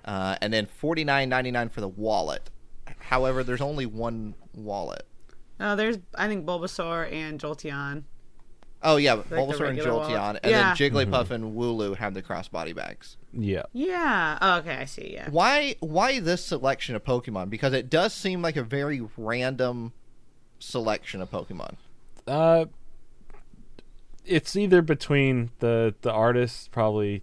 [SPEAKER 1] Uh, and then 49.99 for the wallet. However, there's only one wallet.
[SPEAKER 3] No, Oh, there's I think Bulbasaur and Jolteon.
[SPEAKER 1] Oh yeah,
[SPEAKER 3] the
[SPEAKER 1] Bulbasaur and
[SPEAKER 3] regular wallet.
[SPEAKER 1] Jolteon and
[SPEAKER 3] Yeah.
[SPEAKER 1] then Jigglypuff and Wooloo have the crossbody bags.
[SPEAKER 2] Yeah.
[SPEAKER 3] Yeah. Oh, okay, I see. Yeah.
[SPEAKER 1] why why this selection of Pokemon? Because it does seem like a very random selection of Pokemon.
[SPEAKER 2] Uh, it's either between the the artist's probably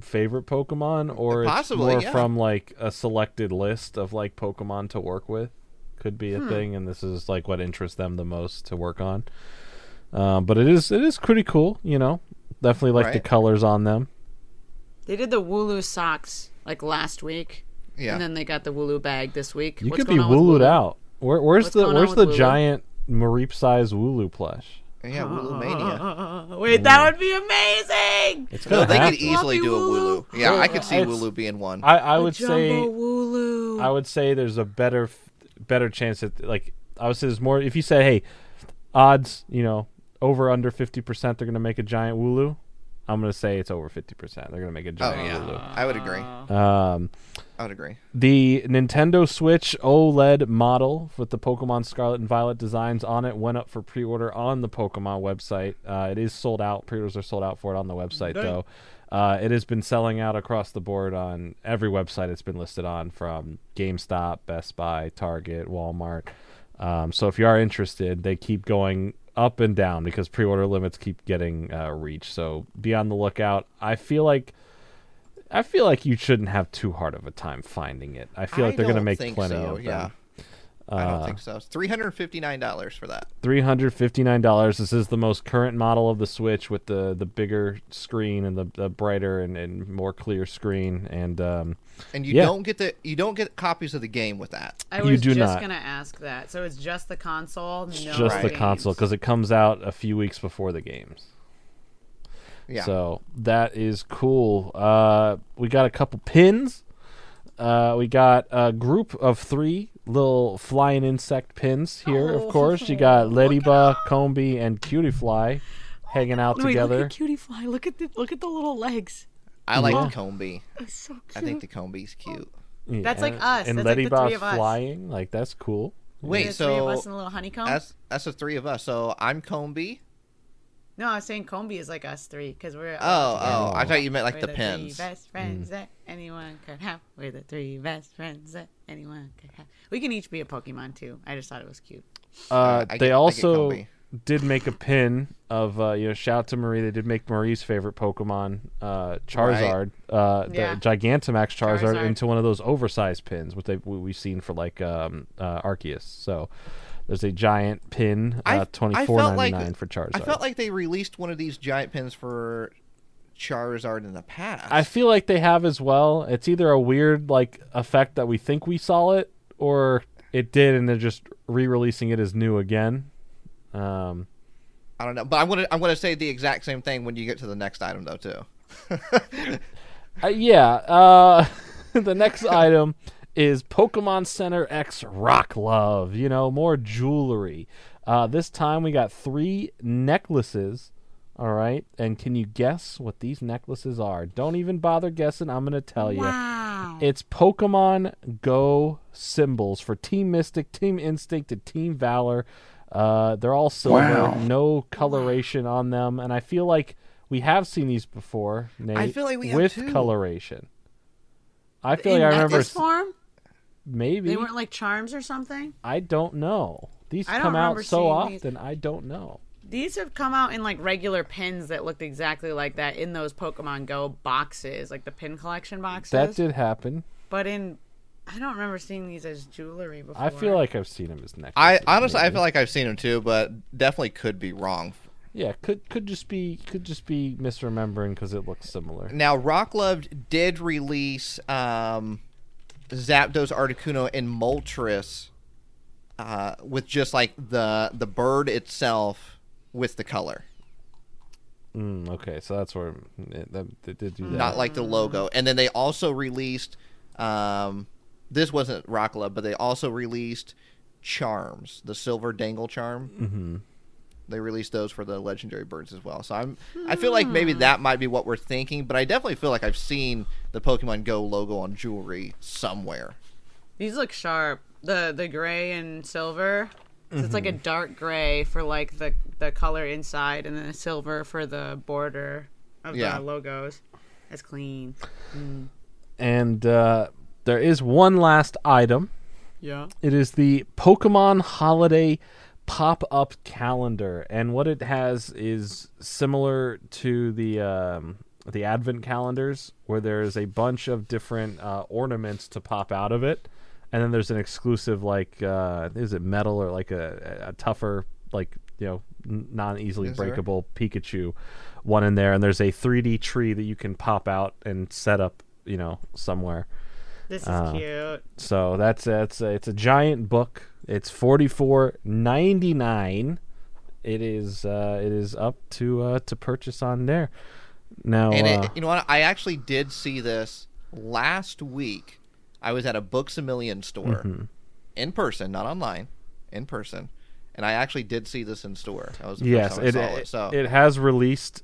[SPEAKER 2] favorite Pokemon, or it's
[SPEAKER 1] Possibly,
[SPEAKER 2] more
[SPEAKER 1] yeah.
[SPEAKER 2] from like a selected list of like Pokemon to work with. Could be
[SPEAKER 1] Hmm.
[SPEAKER 2] a thing, and this is like what interests them the most to work on. Um, but it is it is pretty cool, you know. Definitely like the
[SPEAKER 1] Right.
[SPEAKER 2] colors on them.
[SPEAKER 3] They did the Wooloo socks like last week,
[SPEAKER 1] Yeah.
[SPEAKER 3] and then they got the Wooloo bag this week.
[SPEAKER 2] You
[SPEAKER 3] What's
[SPEAKER 2] could be
[SPEAKER 3] going on with
[SPEAKER 2] woolooed
[SPEAKER 3] Wooloo?
[SPEAKER 2] out. Where, where's
[SPEAKER 3] What's
[SPEAKER 2] the
[SPEAKER 3] going on
[SPEAKER 2] where's
[SPEAKER 3] with
[SPEAKER 2] the
[SPEAKER 3] Wooloo?
[SPEAKER 2] giant Mareep size Wooloo plush?
[SPEAKER 1] Yeah,
[SPEAKER 3] uh,
[SPEAKER 1] Wooloo Mania.
[SPEAKER 3] Oh, wait, that would be amazing.
[SPEAKER 2] It's
[SPEAKER 1] No,
[SPEAKER 2] gonna
[SPEAKER 1] they could
[SPEAKER 2] happen.
[SPEAKER 1] easily do a Wooloo.
[SPEAKER 3] Wooloo.
[SPEAKER 1] Yeah, I could see
[SPEAKER 2] It's-
[SPEAKER 1] Wooloo being one.
[SPEAKER 2] I, I would
[SPEAKER 3] Jumbo
[SPEAKER 2] say
[SPEAKER 3] Wooloo.
[SPEAKER 2] I would say there's a better f- better chance that like I would say there's more if you said hey odds you know over under 50% they're going to make a giant wooloo I'm going to say it's over 50% they're going to make a
[SPEAKER 1] Oh
[SPEAKER 2] giant
[SPEAKER 1] yeah, Uh, I would agree.
[SPEAKER 2] wooloo um
[SPEAKER 1] I would agree.
[SPEAKER 2] the Nintendo Switch OLED model with the Pokemon Scarlet and Violet designs on it went up for pre-order on the Pokemon website. Uh, it is sold out. Pre-orders are sold out for it on the website, though. Uh, it has been selling out across the board on every website it's been listed on, from GameStop, Best Buy, Target, Walmart. Um, so if you are interested, they keep going up and down because pre-order limits keep getting uh, reached. So be on the lookout. I feel like I feel like you shouldn't have too hard of a time finding it. I feel like they're going to
[SPEAKER 1] don't
[SPEAKER 2] make
[SPEAKER 1] think
[SPEAKER 2] plenty
[SPEAKER 1] so,
[SPEAKER 2] of uh, them.
[SPEAKER 1] Yeah. I don't think so. It's three hundred fifty nine dollars for that.
[SPEAKER 2] Three hundred fifty nine dollars. This is the most current model of the Switch with the, the bigger screen and the, the brighter and, and more clear screen. And um,
[SPEAKER 1] And you
[SPEAKER 2] Yeah.
[SPEAKER 1] don't get the you don't get copies of the game with that.
[SPEAKER 3] I
[SPEAKER 2] You
[SPEAKER 3] was
[SPEAKER 2] do
[SPEAKER 3] just
[SPEAKER 2] not.
[SPEAKER 3] gonna ask that. So it's just the console.
[SPEAKER 2] it's
[SPEAKER 3] no
[SPEAKER 2] just the
[SPEAKER 3] games.
[SPEAKER 2] console because it comes out a few weeks before the games.
[SPEAKER 1] Yeah.
[SPEAKER 2] So that is cool. Uh, we got a couple pins. Uh, we got a group of three little flying insect pins here,
[SPEAKER 3] Oh.
[SPEAKER 2] of course. You got Ladybug, Combi, and Cutie Fly hanging out
[SPEAKER 3] Wait, look
[SPEAKER 2] together.
[SPEAKER 3] at Cutie Fly. Look at the look at the little legs.
[SPEAKER 1] I like
[SPEAKER 2] Yeah.
[SPEAKER 1] the Combi.
[SPEAKER 3] That's so cute.
[SPEAKER 1] I think the Combi's cute.
[SPEAKER 2] Yeah,
[SPEAKER 3] That's like
[SPEAKER 2] and-
[SPEAKER 3] us.
[SPEAKER 2] And
[SPEAKER 3] That's like the
[SPEAKER 2] Ladybug
[SPEAKER 3] three of us.
[SPEAKER 2] flying. Like, that's cool.
[SPEAKER 1] Wait,
[SPEAKER 3] the three of
[SPEAKER 1] so
[SPEAKER 3] us in a little honeycomb.
[SPEAKER 1] that's that's the three of us. So I'm Combi.
[SPEAKER 3] No, I was saying Combi is like us three because we're all
[SPEAKER 1] Oh,
[SPEAKER 3] together.
[SPEAKER 1] oh, I thought you meant like
[SPEAKER 3] We're
[SPEAKER 1] the
[SPEAKER 3] the
[SPEAKER 1] pins.
[SPEAKER 3] three best friends that anyone could have. We're the three best friends that anyone could have. We can each be a Pokemon too. I just thought it was cute.
[SPEAKER 2] Uh,
[SPEAKER 1] I get- I
[SPEAKER 2] they
[SPEAKER 1] get
[SPEAKER 2] also
[SPEAKER 1] Combi.
[SPEAKER 2] did make a pin of uh, you know shout to Marie. They did make Marie's favorite Pokemon, uh, Charizard, uh, the
[SPEAKER 3] Yeah.
[SPEAKER 2] Gigantamax Charizard,
[SPEAKER 3] Charizard.
[SPEAKER 2] into one of those oversized pins, which they we- we've seen for like um, uh, Arceus. So there's a giant pin,
[SPEAKER 1] I-
[SPEAKER 2] uh, twenty
[SPEAKER 1] I
[SPEAKER 2] four
[SPEAKER 1] felt
[SPEAKER 2] ninety
[SPEAKER 1] like-
[SPEAKER 2] nine for Charizard.
[SPEAKER 1] I felt like they released one of these giant pins for Charizard in the past.
[SPEAKER 2] I feel like they have as well. It's either a weird like effect that we think we saw it, or it did, and they're just re-releasing it as new again. Um,
[SPEAKER 1] I don't know, but I'm gonna I'm gonna say the exact same thing when you get to the next item though too.
[SPEAKER 2] Uh, yeah. Uh, the next item is Pokemon Center X Rock Love. You know, more jewelry. Uh, this time we got three necklaces All right. And can you guess what these necklaces are? Don't even bother guessing. I'm going to tell
[SPEAKER 3] Wow.
[SPEAKER 2] you. It's Pokemon Go symbols for Team Mystic, Team Instinct, and Team Valor. Uh, they're all silver,
[SPEAKER 4] Wow.
[SPEAKER 2] no coloration on them. And I feel like we have seen these before, Nate.
[SPEAKER 1] feel like we have
[SPEAKER 2] With
[SPEAKER 1] too.
[SPEAKER 2] coloration. I feel
[SPEAKER 3] In
[SPEAKER 2] like I remember
[SPEAKER 3] necklace
[SPEAKER 2] s-
[SPEAKER 3] form?
[SPEAKER 2] maybe.
[SPEAKER 3] They weren't like charms or something.
[SPEAKER 2] I don't know. These
[SPEAKER 3] I don't
[SPEAKER 2] come out
[SPEAKER 3] remember
[SPEAKER 2] so
[SPEAKER 3] seeing these.
[SPEAKER 2] often, I don't know.
[SPEAKER 3] These have come out in like regular pins that looked exactly like that in those Pokemon Go boxes, like the pin collection boxes.
[SPEAKER 2] That did happen.
[SPEAKER 3] But in, I don't remember seeing these as jewelry before.
[SPEAKER 2] I feel like I've seen him as necklaces.
[SPEAKER 1] I honestly, I
[SPEAKER 2] maybe.
[SPEAKER 1] feel like I've seen him too, but definitely could be wrong.
[SPEAKER 2] Yeah, could could just be could just be misremembering because it looks similar.
[SPEAKER 1] Now, Rock Loved did release um, Zapdos, Articuno, and Moltres uh, with just like the the bird itself with the color,
[SPEAKER 2] Mm, okay, so that's where it, that, they did do that.
[SPEAKER 1] not like the logo. And then they also released um, this wasn't Rock Love, but they also released charms, the silver dangle charm. Mm-hmm. They released those for the legendary birds as well. So I'm I feel like maybe that might be what we're thinking, but I definitely feel like I've seen the Pokemon Go logo on jewelry somewhere.
[SPEAKER 3] these look sharp. The the gray and silver. So It's like a
[SPEAKER 1] Mm-hmm.
[SPEAKER 3] dark gray for like the the color inside, and then a silver for the border of
[SPEAKER 1] Yeah.
[SPEAKER 3] the logos. That's clean.
[SPEAKER 2] and uh, there is one last item.
[SPEAKER 3] Yeah.
[SPEAKER 2] It is the Pokemon Holiday pop-up calendar, and what it has is similar to the um, the Advent calendars, where there's a bunch of different uh, ornaments to pop out of it, and then there's an exclusive like uh, is it metal or like a, a tougher like you know n- non easily
[SPEAKER 1] Yes, sir.
[SPEAKER 2] breakable Pikachu one in there, and there's a 3D tree that you can pop out and set up you know somewhere.
[SPEAKER 3] This is
[SPEAKER 1] Uh,
[SPEAKER 3] cute.
[SPEAKER 2] So that's that's it's a giant book. It's forty four ninety nine. It is uh, it is up to uh, to purchase on there. Now
[SPEAKER 1] And
[SPEAKER 2] uh,
[SPEAKER 1] it, you know what? I actually did see this last week. I was at a Books a Million store
[SPEAKER 2] Mm-hmm.
[SPEAKER 1] in person, not online, in person, and I actually did see this in store. That was the
[SPEAKER 2] yes,
[SPEAKER 1] first
[SPEAKER 2] it,
[SPEAKER 1] time I saw
[SPEAKER 2] it,
[SPEAKER 1] it. So
[SPEAKER 2] it has released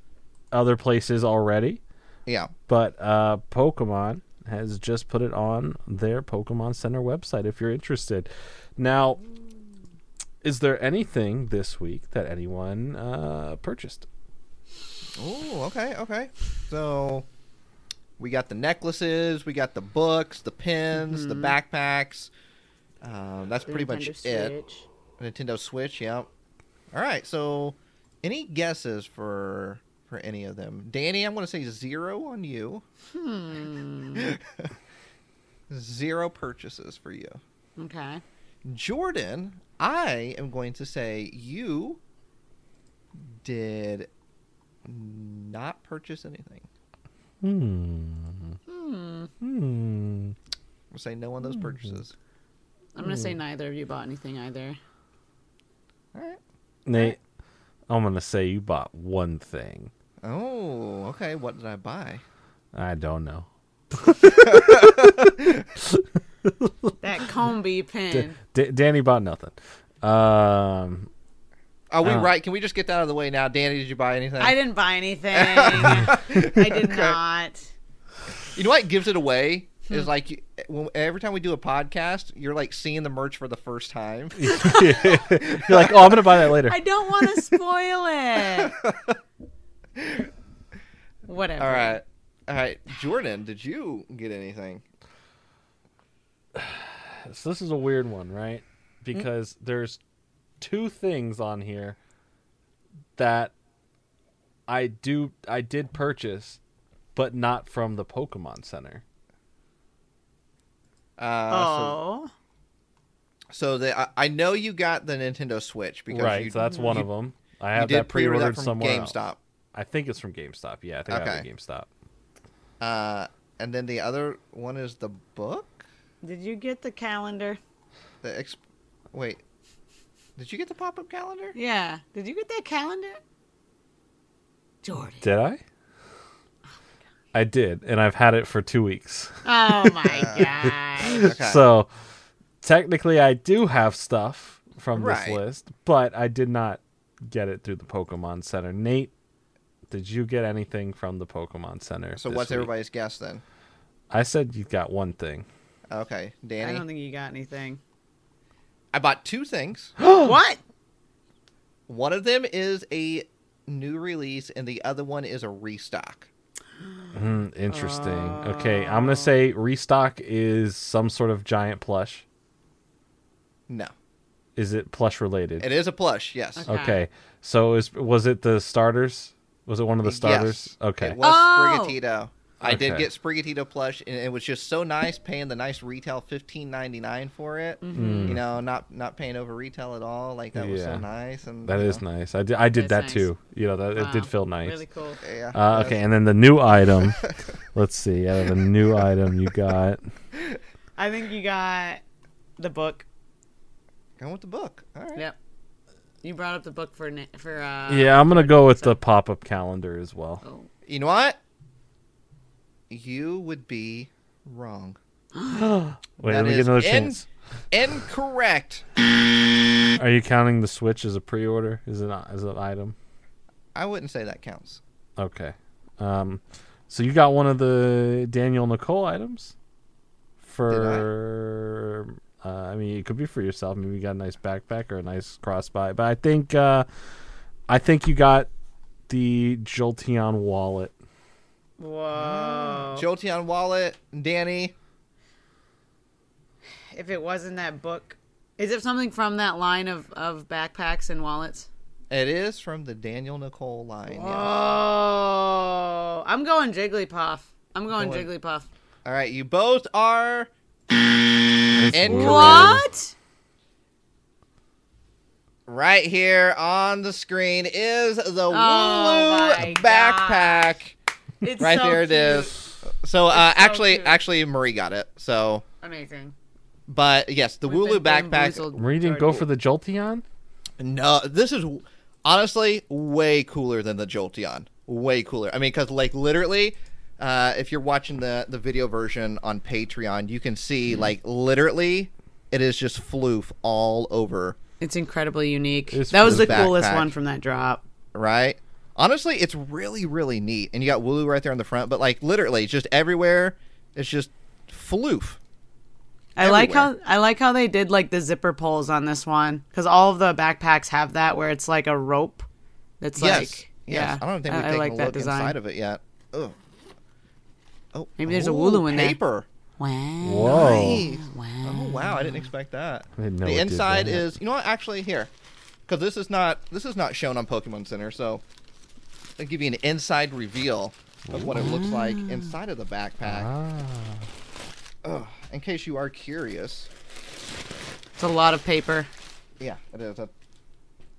[SPEAKER 2] other places already,
[SPEAKER 1] yeah,
[SPEAKER 2] but uh, Pokemon has just put it on their Pokemon Center website. If you're interested, now is there anything this week that anyone uh, purchased?
[SPEAKER 1] Ooh, okay, okay. So we got the necklaces, we got the books, the pins, the backpacks. Um, that's pretty much it. Nintendo Switch, yeah. All right, so any guesses for for any of them? Danny, I'm going to say zero on you. zero purchases for you.
[SPEAKER 3] Okay.
[SPEAKER 1] Jordan, I am going to say you did not purchase anything.
[SPEAKER 2] Hmm.
[SPEAKER 1] We'll say no on those purchases.
[SPEAKER 3] I'm
[SPEAKER 1] Hmm.
[SPEAKER 3] gonna say neither of you bought anything either.
[SPEAKER 1] All right.
[SPEAKER 2] Nate, I'm gonna say you bought one thing.
[SPEAKER 1] Oh, okay. What did I buy?
[SPEAKER 2] I don't know.
[SPEAKER 3] That combi pin.
[SPEAKER 2] D- Danny bought nothing. Um,
[SPEAKER 1] Are we
[SPEAKER 2] Uh.
[SPEAKER 1] right? Can we just get that out of the way now? Danny, did you buy anything?
[SPEAKER 3] I didn't buy anything. I did not.
[SPEAKER 1] You know what gives it away
[SPEAKER 3] Hmm.
[SPEAKER 1] is like you- when, every time we do a podcast, you're like seeing the merch for the first time.
[SPEAKER 2] you're like, oh, I'm gonna buy that later.
[SPEAKER 3] I don't want to spoil it. Whatever.
[SPEAKER 1] All right. All right, Jordan, did you get anything?
[SPEAKER 2] So this is a weird one, right? Because there's two things on here that I do I did purchase, but not from the Pokemon Center.
[SPEAKER 1] Uh,
[SPEAKER 3] Oh,
[SPEAKER 1] So, so the, I, I know you got the Nintendo Switch because
[SPEAKER 2] Right,
[SPEAKER 1] you,
[SPEAKER 2] so that's one
[SPEAKER 1] you-
[SPEAKER 2] of them. I
[SPEAKER 1] you
[SPEAKER 2] have
[SPEAKER 1] did
[SPEAKER 2] that
[SPEAKER 1] pre-order
[SPEAKER 2] pre-ordered
[SPEAKER 1] that from
[SPEAKER 2] somewhere else.
[SPEAKER 1] GameStop.
[SPEAKER 2] I think it's from GameStop. Yeah, I think I have
[SPEAKER 1] Okay.
[SPEAKER 2] it at GameStop.
[SPEAKER 1] Uh, and then the other one is the book.
[SPEAKER 3] did you get the calendar?
[SPEAKER 1] The exp- wait, did you get the pop up calendar?
[SPEAKER 3] Yeah. Did you get that calendar? Jordan.
[SPEAKER 2] Did I? Oh I did, and I've had it for two weeks.
[SPEAKER 3] Oh my god.
[SPEAKER 1] Okay.
[SPEAKER 2] So technically, I do have stuff from
[SPEAKER 1] Right.
[SPEAKER 2] this list, but I did not get it through the Pokemon Center. Nate Did you get anything from the Pokemon Center?
[SPEAKER 1] So
[SPEAKER 2] this
[SPEAKER 1] what's
[SPEAKER 2] week?
[SPEAKER 1] everybody's guess then?
[SPEAKER 2] I said you got one thing.
[SPEAKER 1] Okay,
[SPEAKER 3] I
[SPEAKER 1] Danny. I,
[SPEAKER 3] don't think you got anything.
[SPEAKER 1] bought two things.
[SPEAKER 3] what?
[SPEAKER 1] One of them is a new release, and the other one is a restock.
[SPEAKER 2] Hmm, interesting. Okay, I'm
[SPEAKER 1] Uh.
[SPEAKER 2] gonna say restock is some sort of giant plush.
[SPEAKER 1] No,
[SPEAKER 2] Is it plush related?
[SPEAKER 1] it is a plush. Yes.
[SPEAKER 3] Okay.
[SPEAKER 2] Okay, so is was it the starters? Was it one of the
[SPEAKER 1] Yes.
[SPEAKER 2] starters? Okay.
[SPEAKER 1] It was
[SPEAKER 3] Oh!
[SPEAKER 1] Sprigatito. I did
[SPEAKER 2] Okay.
[SPEAKER 1] get Sprigatito plush, and it was just so nice paying the nice retail fifteen ninety nine for it.
[SPEAKER 3] Mm-hmm.
[SPEAKER 1] You know, not not paying over retail at all. Like that was so
[SPEAKER 2] Mm. Yeah.
[SPEAKER 1] nice. And
[SPEAKER 2] That
[SPEAKER 1] you
[SPEAKER 2] is
[SPEAKER 1] know,
[SPEAKER 2] nice. I did, I did
[SPEAKER 3] That's
[SPEAKER 2] that
[SPEAKER 3] nice.
[SPEAKER 2] too. You know, that it did
[SPEAKER 3] Wow.
[SPEAKER 2] feel nice.
[SPEAKER 3] Really cool.
[SPEAKER 1] yeah.
[SPEAKER 2] uh,
[SPEAKER 1] that's-
[SPEAKER 2] okay, and then the new item. Let's see. Out of the new item, you got.
[SPEAKER 3] I think you got the book.
[SPEAKER 1] Going with the book. All right.
[SPEAKER 3] Yep. You brought up the book for na- for uh
[SPEAKER 2] Yeah, I'm gonna go with the pop-up calendar as well.
[SPEAKER 3] oh.
[SPEAKER 1] You know what? You would be wrong.
[SPEAKER 2] Wait,
[SPEAKER 1] That
[SPEAKER 2] let me get
[SPEAKER 1] is
[SPEAKER 2] another
[SPEAKER 1] in-
[SPEAKER 2] chance.
[SPEAKER 1] Incorrect.
[SPEAKER 2] Are you counting the Switch as a pre-order? Is it not- as an item?
[SPEAKER 1] I wouldn't say that counts.
[SPEAKER 2] Okay. Um, so you got one of the Daniel Nicole items for. I? Uh, I mean, it could be for yourself. Maybe you got a nice backpack or a nice crossbody. But I think, uh, I think you got the Jolteon wallet.
[SPEAKER 3] Whoa.
[SPEAKER 1] Jolteon wallet, Danny.
[SPEAKER 3] If it wasn't that book. Is it something from that line of, of backpacks and wallets?
[SPEAKER 1] It is from the Daniel Nicole line. yes.
[SPEAKER 3] Oh, I'm going Jigglypuff. I'm going
[SPEAKER 1] Going-
[SPEAKER 3] Jigglypuff.
[SPEAKER 1] All right, you both are Incorrect.
[SPEAKER 3] What?
[SPEAKER 1] Right here on the screen is the
[SPEAKER 3] Oh
[SPEAKER 1] Wooloo
[SPEAKER 3] my
[SPEAKER 1] backpack.
[SPEAKER 3] It's
[SPEAKER 1] Right
[SPEAKER 3] so
[SPEAKER 1] there it
[SPEAKER 3] cute.
[SPEAKER 1] is. So uh, actually,
[SPEAKER 3] cute.
[SPEAKER 1] actually, Marie got it. So,
[SPEAKER 3] Amazing.
[SPEAKER 1] but yes, the Wooloo
[SPEAKER 3] We've been
[SPEAKER 1] backpack.
[SPEAKER 3] bamboozled,
[SPEAKER 2] Marie didn't go
[SPEAKER 3] Jordan.
[SPEAKER 2] for the Jolteon.
[SPEAKER 1] No, this is honestly way cooler than the Jolteon. Way cooler. I mean, because like literally. Uh, if you're watching the, the video version on Patreon, you can
[SPEAKER 3] Mm-hmm.
[SPEAKER 1] see like literally, it is just floof all over
[SPEAKER 3] It's incredibly unique.
[SPEAKER 2] It's
[SPEAKER 3] that was
[SPEAKER 2] for
[SPEAKER 3] the
[SPEAKER 1] the
[SPEAKER 3] coolest
[SPEAKER 1] backpack.
[SPEAKER 3] one from that drop.
[SPEAKER 1] right? Honestly, it's really, really neat. And you got Wooloo right there on the front, but like literally, just everywhere, it's just floof.
[SPEAKER 3] I like how I like how they did like the zipper pulls on this one because all of the backpacks have that where it's like a rope. That's
[SPEAKER 1] yes.
[SPEAKER 3] like
[SPEAKER 1] Yes.
[SPEAKER 3] yeah.
[SPEAKER 1] I don't think we've
[SPEAKER 3] I
[SPEAKER 1] taken
[SPEAKER 3] like
[SPEAKER 1] a
[SPEAKER 3] that
[SPEAKER 1] look
[SPEAKER 3] design.
[SPEAKER 1] inside of it yet. Ugh. Oh,
[SPEAKER 3] Maybe there's a
[SPEAKER 1] ooh,
[SPEAKER 3] Wooloo in there.
[SPEAKER 1] paper.
[SPEAKER 3] Wow.
[SPEAKER 2] Whoa!
[SPEAKER 1] Nice. Oh wow, I didn't expect that.
[SPEAKER 2] didn't know it
[SPEAKER 1] the
[SPEAKER 2] did
[SPEAKER 1] inside
[SPEAKER 2] that.
[SPEAKER 1] is, you know what? Actually, here, because this is not this is not shown on Pokemon Center, so I'll give you an inside reveal of what it looks like inside of the backpack. Ugh, in case you are curious.
[SPEAKER 3] It's a lot of paper.
[SPEAKER 1] Yeah, it is. That-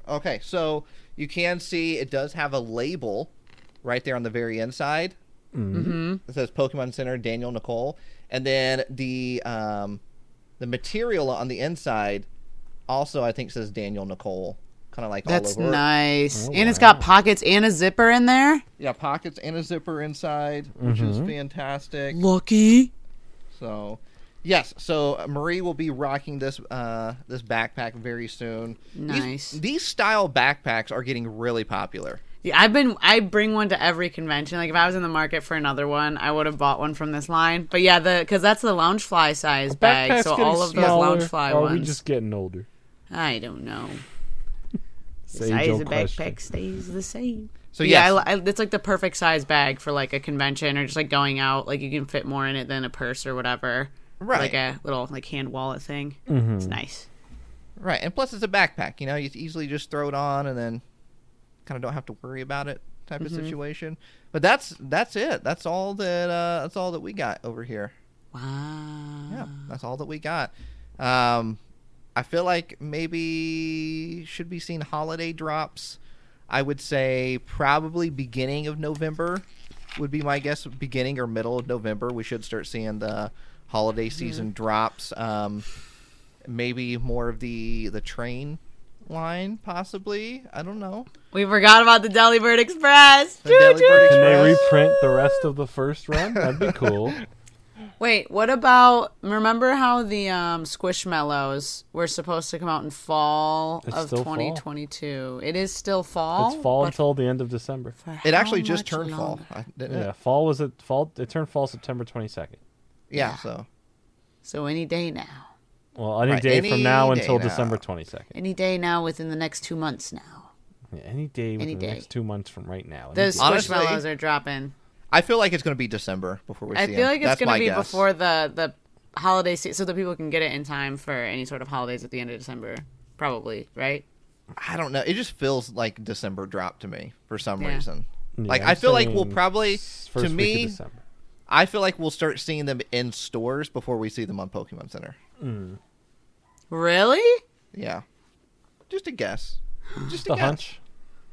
[SPEAKER 1] Okay, so you can see it does have a label right there on the very inside. Mm-hmm. It says Pokemon Center Daniel Nicole, and then the um, the material on the inside also I think says Daniel Nicole, kind of like
[SPEAKER 3] That's
[SPEAKER 1] all over. it.
[SPEAKER 2] Oh,
[SPEAKER 3] nice. and it's got pockets and a zipper in there.
[SPEAKER 1] Yeah, pockets and a zipper inside, which is fantastic.
[SPEAKER 3] Lucky.
[SPEAKER 1] So, yes. So uh, Marie will be rocking this uh, this backpack very soon. These-
[SPEAKER 3] Nice.
[SPEAKER 1] These, style backpacks are getting really popular.
[SPEAKER 3] Yeah, I've been I bring one to every convention. Like if I was in the market for another one, I would have bought one from this line. But yeah, the because that's the lounge fly size bag.
[SPEAKER 2] Backpack's
[SPEAKER 3] So
[SPEAKER 2] getting
[SPEAKER 3] all of those
[SPEAKER 2] smaller,
[SPEAKER 3] lounge fly
[SPEAKER 2] or Are we
[SPEAKER 3] ones.
[SPEAKER 2] just getting older?
[SPEAKER 3] I don't know. The
[SPEAKER 2] It's
[SPEAKER 3] size
[SPEAKER 2] age-old
[SPEAKER 3] of
[SPEAKER 2] question.
[SPEAKER 3] backpack stays the same.
[SPEAKER 1] So
[SPEAKER 3] yeah,
[SPEAKER 1] yes,
[SPEAKER 3] I li- I, it's like the perfect size bag for like a convention or just like going out. Like you can fit more in it than a purse or whatever.
[SPEAKER 1] Right.
[SPEAKER 3] Like a little like hand wallet thing. It's nice.
[SPEAKER 1] right. And plus, it's a backpack. You know, you easily just throw it on and then kind of don't have to worry about it type
[SPEAKER 3] Mm-hmm.
[SPEAKER 1] of situation. But that's that's it. That's all that uh, that's all that we got over here.
[SPEAKER 3] Wow.
[SPEAKER 1] Yeah, that's all that we got. Um, I feel like maybe should be seeing holiday drops. I would say probably beginning of November would be my guess. Beginning or middle of November, we should start seeing the holiday
[SPEAKER 3] Mm-hmm.
[SPEAKER 1] season drops. Um, maybe more of the the train line, possibly. I don't know.
[SPEAKER 3] We forgot about the Delibird Express.
[SPEAKER 1] The Delibird
[SPEAKER 3] Choo-choo.
[SPEAKER 2] Can they
[SPEAKER 1] Express.
[SPEAKER 2] reprint the rest of the first run? That'd be cool.
[SPEAKER 3] Wait, what about remember how the um, Squishmallows were supposed to come out in fall
[SPEAKER 2] It's
[SPEAKER 3] of
[SPEAKER 2] still fall.
[SPEAKER 3] 2022? It is still fall.
[SPEAKER 2] it's fall
[SPEAKER 3] but
[SPEAKER 2] until the end of December.
[SPEAKER 3] for
[SPEAKER 1] It
[SPEAKER 3] how
[SPEAKER 1] actually just
[SPEAKER 3] much
[SPEAKER 1] turned fall.
[SPEAKER 3] longer?
[SPEAKER 1] I, didn't
[SPEAKER 2] Yeah,
[SPEAKER 1] it?
[SPEAKER 2] fall was it fall? It turned fall September twenty second.
[SPEAKER 1] yeah. So
[SPEAKER 3] So any day now,
[SPEAKER 2] Well, any
[SPEAKER 1] Right,
[SPEAKER 2] day
[SPEAKER 1] any
[SPEAKER 2] from now
[SPEAKER 1] day
[SPEAKER 2] until
[SPEAKER 1] now.
[SPEAKER 2] December twenty second.
[SPEAKER 3] any day now within the next two months now.
[SPEAKER 2] Yeah, any day within the
[SPEAKER 3] day.
[SPEAKER 2] next two months from right now. Any
[SPEAKER 3] Those
[SPEAKER 2] day.
[SPEAKER 1] Honestly-
[SPEAKER 3] Squishmallows are dropping.
[SPEAKER 1] I feel like it's going to be December before we
[SPEAKER 3] I
[SPEAKER 1] see
[SPEAKER 3] feel
[SPEAKER 1] him.
[SPEAKER 3] like it's
[SPEAKER 1] That's
[SPEAKER 3] going
[SPEAKER 1] my
[SPEAKER 3] to be
[SPEAKER 1] guess.
[SPEAKER 3] before the the holiday season, so that people can get it in time for any sort of holidays at the end of December, probably. Right?
[SPEAKER 1] I don't know. It just feels like December drop to me for some
[SPEAKER 3] Yeah.
[SPEAKER 1] reason.
[SPEAKER 2] Yeah,
[SPEAKER 1] like
[SPEAKER 2] I'm
[SPEAKER 1] I feel like we'll
[SPEAKER 2] saying
[SPEAKER 1] probably
[SPEAKER 2] s- first
[SPEAKER 1] to
[SPEAKER 2] week of
[SPEAKER 1] me
[SPEAKER 2] December.
[SPEAKER 1] I feel like we'll start seeing them in stores before we see them on Pokemon Center.
[SPEAKER 3] Really?
[SPEAKER 1] Yeah. Just a guess. Just a,
[SPEAKER 2] the
[SPEAKER 1] guess.
[SPEAKER 2] hunch.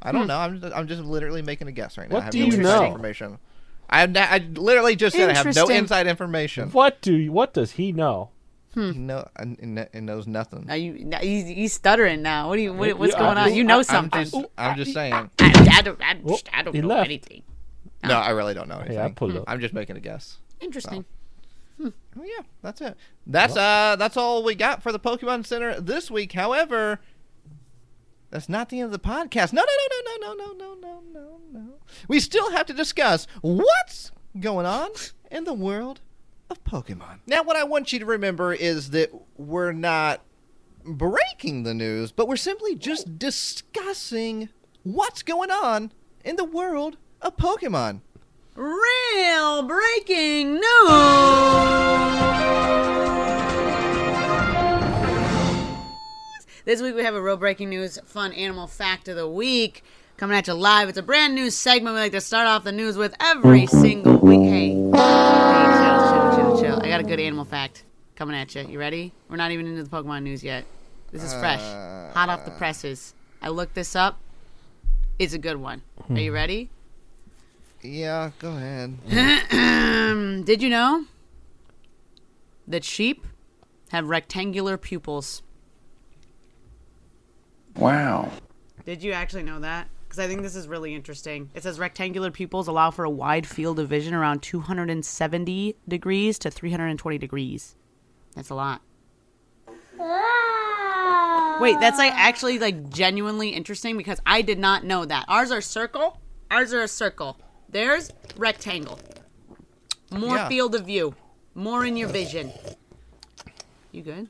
[SPEAKER 1] I
[SPEAKER 3] Hmm.
[SPEAKER 1] don't know. I'm just, I'm just literally making a guess right now.
[SPEAKER 2] What
[SPEAKER 1] I have
[SPEAKER 2] do
[SPEAKER 1] no
[SPEAKER 2] you
[SPEAKER 1] inside
[SPEAKER 2] know?
[SPEAKER 1] information. I, have not, I literally just said I have no
[SPEAKER 3] Interesting.
[SPEAKER 1] inside information.
[SPEAKER 2] What do you, what does he know?
[SPEAKER 1] He know and- and kn- and knows nothing.
[SPEAKER 3] Now you now he's, he's stuttering now. What do you what, what's
[SPEAKER 2] yeah,
[SPEAKER 3] going
[SPEAKER 2] I
[SPEAKER 3] on?
[SPEAKER 2] just-
[SPEAKER 3] You know
[SPEAKER 1] I'm
[SPEAKER 3] something.
[SPEAKER 1] just- I'm just saying.
[SPEAKER 3] I, I don't, I,
[SPEAKER 2] Oh,
[SPEAKER 3] just- I don't
[SPEAKER 2] he
[SPEAKER 3] know
[SPEAKER 2] left.
[SPEAKER 3] anything.
[SPEAKER 1] No, I really don't know anything.
[SPEAKER 2] Yeah, I pulled up.
[SPEAKER 1] I'm just making a guess.
[SPEAKER 3] Interesting.
[SPEAKER 1] Well, Oh, yeah, that's it. That's uh, that's all we got for the Pokemon Center this week. However, that's not the end of the podcast. No, no, no, no, no, no, no, no, no, no. We still have to discuss what's going on in the world of Pokemon. Now, what I want you to remember is that we're not breaking the news, but we're simply just discussing what's going on in the world of Pokemon.
[SPEAKER 3] Real breaking news. This week we have a real breaking news fun animal fact of the week coming at you live. It's a brand new segment we like to start off the news with every single week. Hey, hey, chill, chill, chill, chill. I got a good animal fact coming at you. You ready? We're not even into the Pokemon news yet. This is fresh, hot off the presses. I looked this up. It's a good one. Are you ready?
[SPEAKER 1] Yeah, go ahead.
[SPEAKER 3] Um, did you know that sheep have rectangular pupils?
[SPEAKER 4] Wow.
[SPEAKER 3] Did you actually know that? Because I think this is really interesting. It says rectangular pupils allow for a wide field of vision around 270 degrees to 320 degrees. That's a lot. Wait, that's like actually like genuinely interesting because I did not know that. Ours are circle. Ours are a circle. Theirs rectangle. More
[SPEAKER 1] Yeah.
[SPEAKER 3] field of view. More in your vision. You good?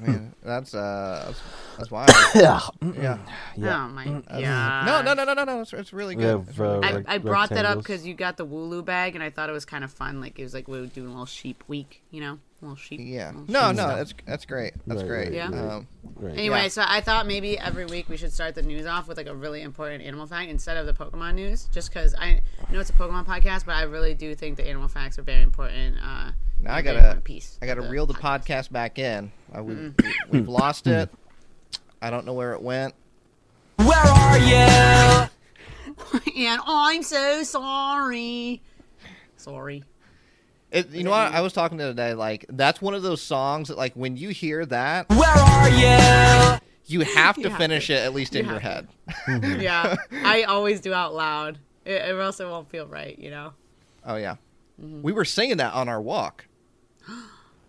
[SPEAKER 1] Man, that's uh, that's, that's wild.
[SPEAKER 2] Yeah, mm,
[SPEAKER 1] yeah. Mm,
[SPEAKER 3] Oh my god.
[SPEAKER 1] No, no, no, no, no, no. It's, it's really good. It's really
[SPEAKER 3] I,
[SPEAKER 1] good.
[SPEAKER 3] I brought that up
[SPEAKER 2] uh, rectangles.
[SPEAKER 3] because you got the Wooloo bag, and I thought it was kind of fun. Like it was like we were doing a little sheep week, you know, little sheep.
[SPEAKER 1] yeah.
[SPEAKER 3] little
[SPEAKER 1] No, no. That's that's great. That's
[SPEAKER 2] Mm. Right,
[SPEAKER 1] great.
[SPEAKER 2] right,
[SPEAKER 3] Yeah. right.
[SPEAKER 1] Um,
[SPEAKER 2] Right.
[SPEAKER 3] Anyway,
[SPEAKER 1] Yeah.
[SPEAKER 3] so I thought maybe every week we should start the news off with like a really important animal fact instead of the Pokemon news, just because I know it's a Pokemon podcast, but I really do think the animal facts are very important. Uh,
[SPEAKER 1] now
[SPEAKER 3] a
[SPEAKER 1] I
[SPEAKER 3] very
[SPEAKER 1] gotta
[SPEAKER 3] important piece.
[SPEAKER 1] I gotta
[SPEAKER 3] of
[SPEAKER 1] reel the podcast back in. I, we, we, we've
[SPEAKER 2] Mm.
[SPEAKER 1] lost it. I don't know where it went.
[SPEAKER 3] and oh, I'm so sorry. Sorry.
[SPEAKER 1] It, you know what? I was talking to today. Like that's one of those songs that, like, when you hear that,
[SPEAKER 5] Where are you?
[SPEAKER 1] you have to
[SPEAKER 3] have
[SPEAKER 1] finish it at least in your head.
[SPEAKER 3] yeah, I always do out loud, it, or else it won't feel right. You know.
[SPEAKER 1] Oh yeah. We were singing that on our walk.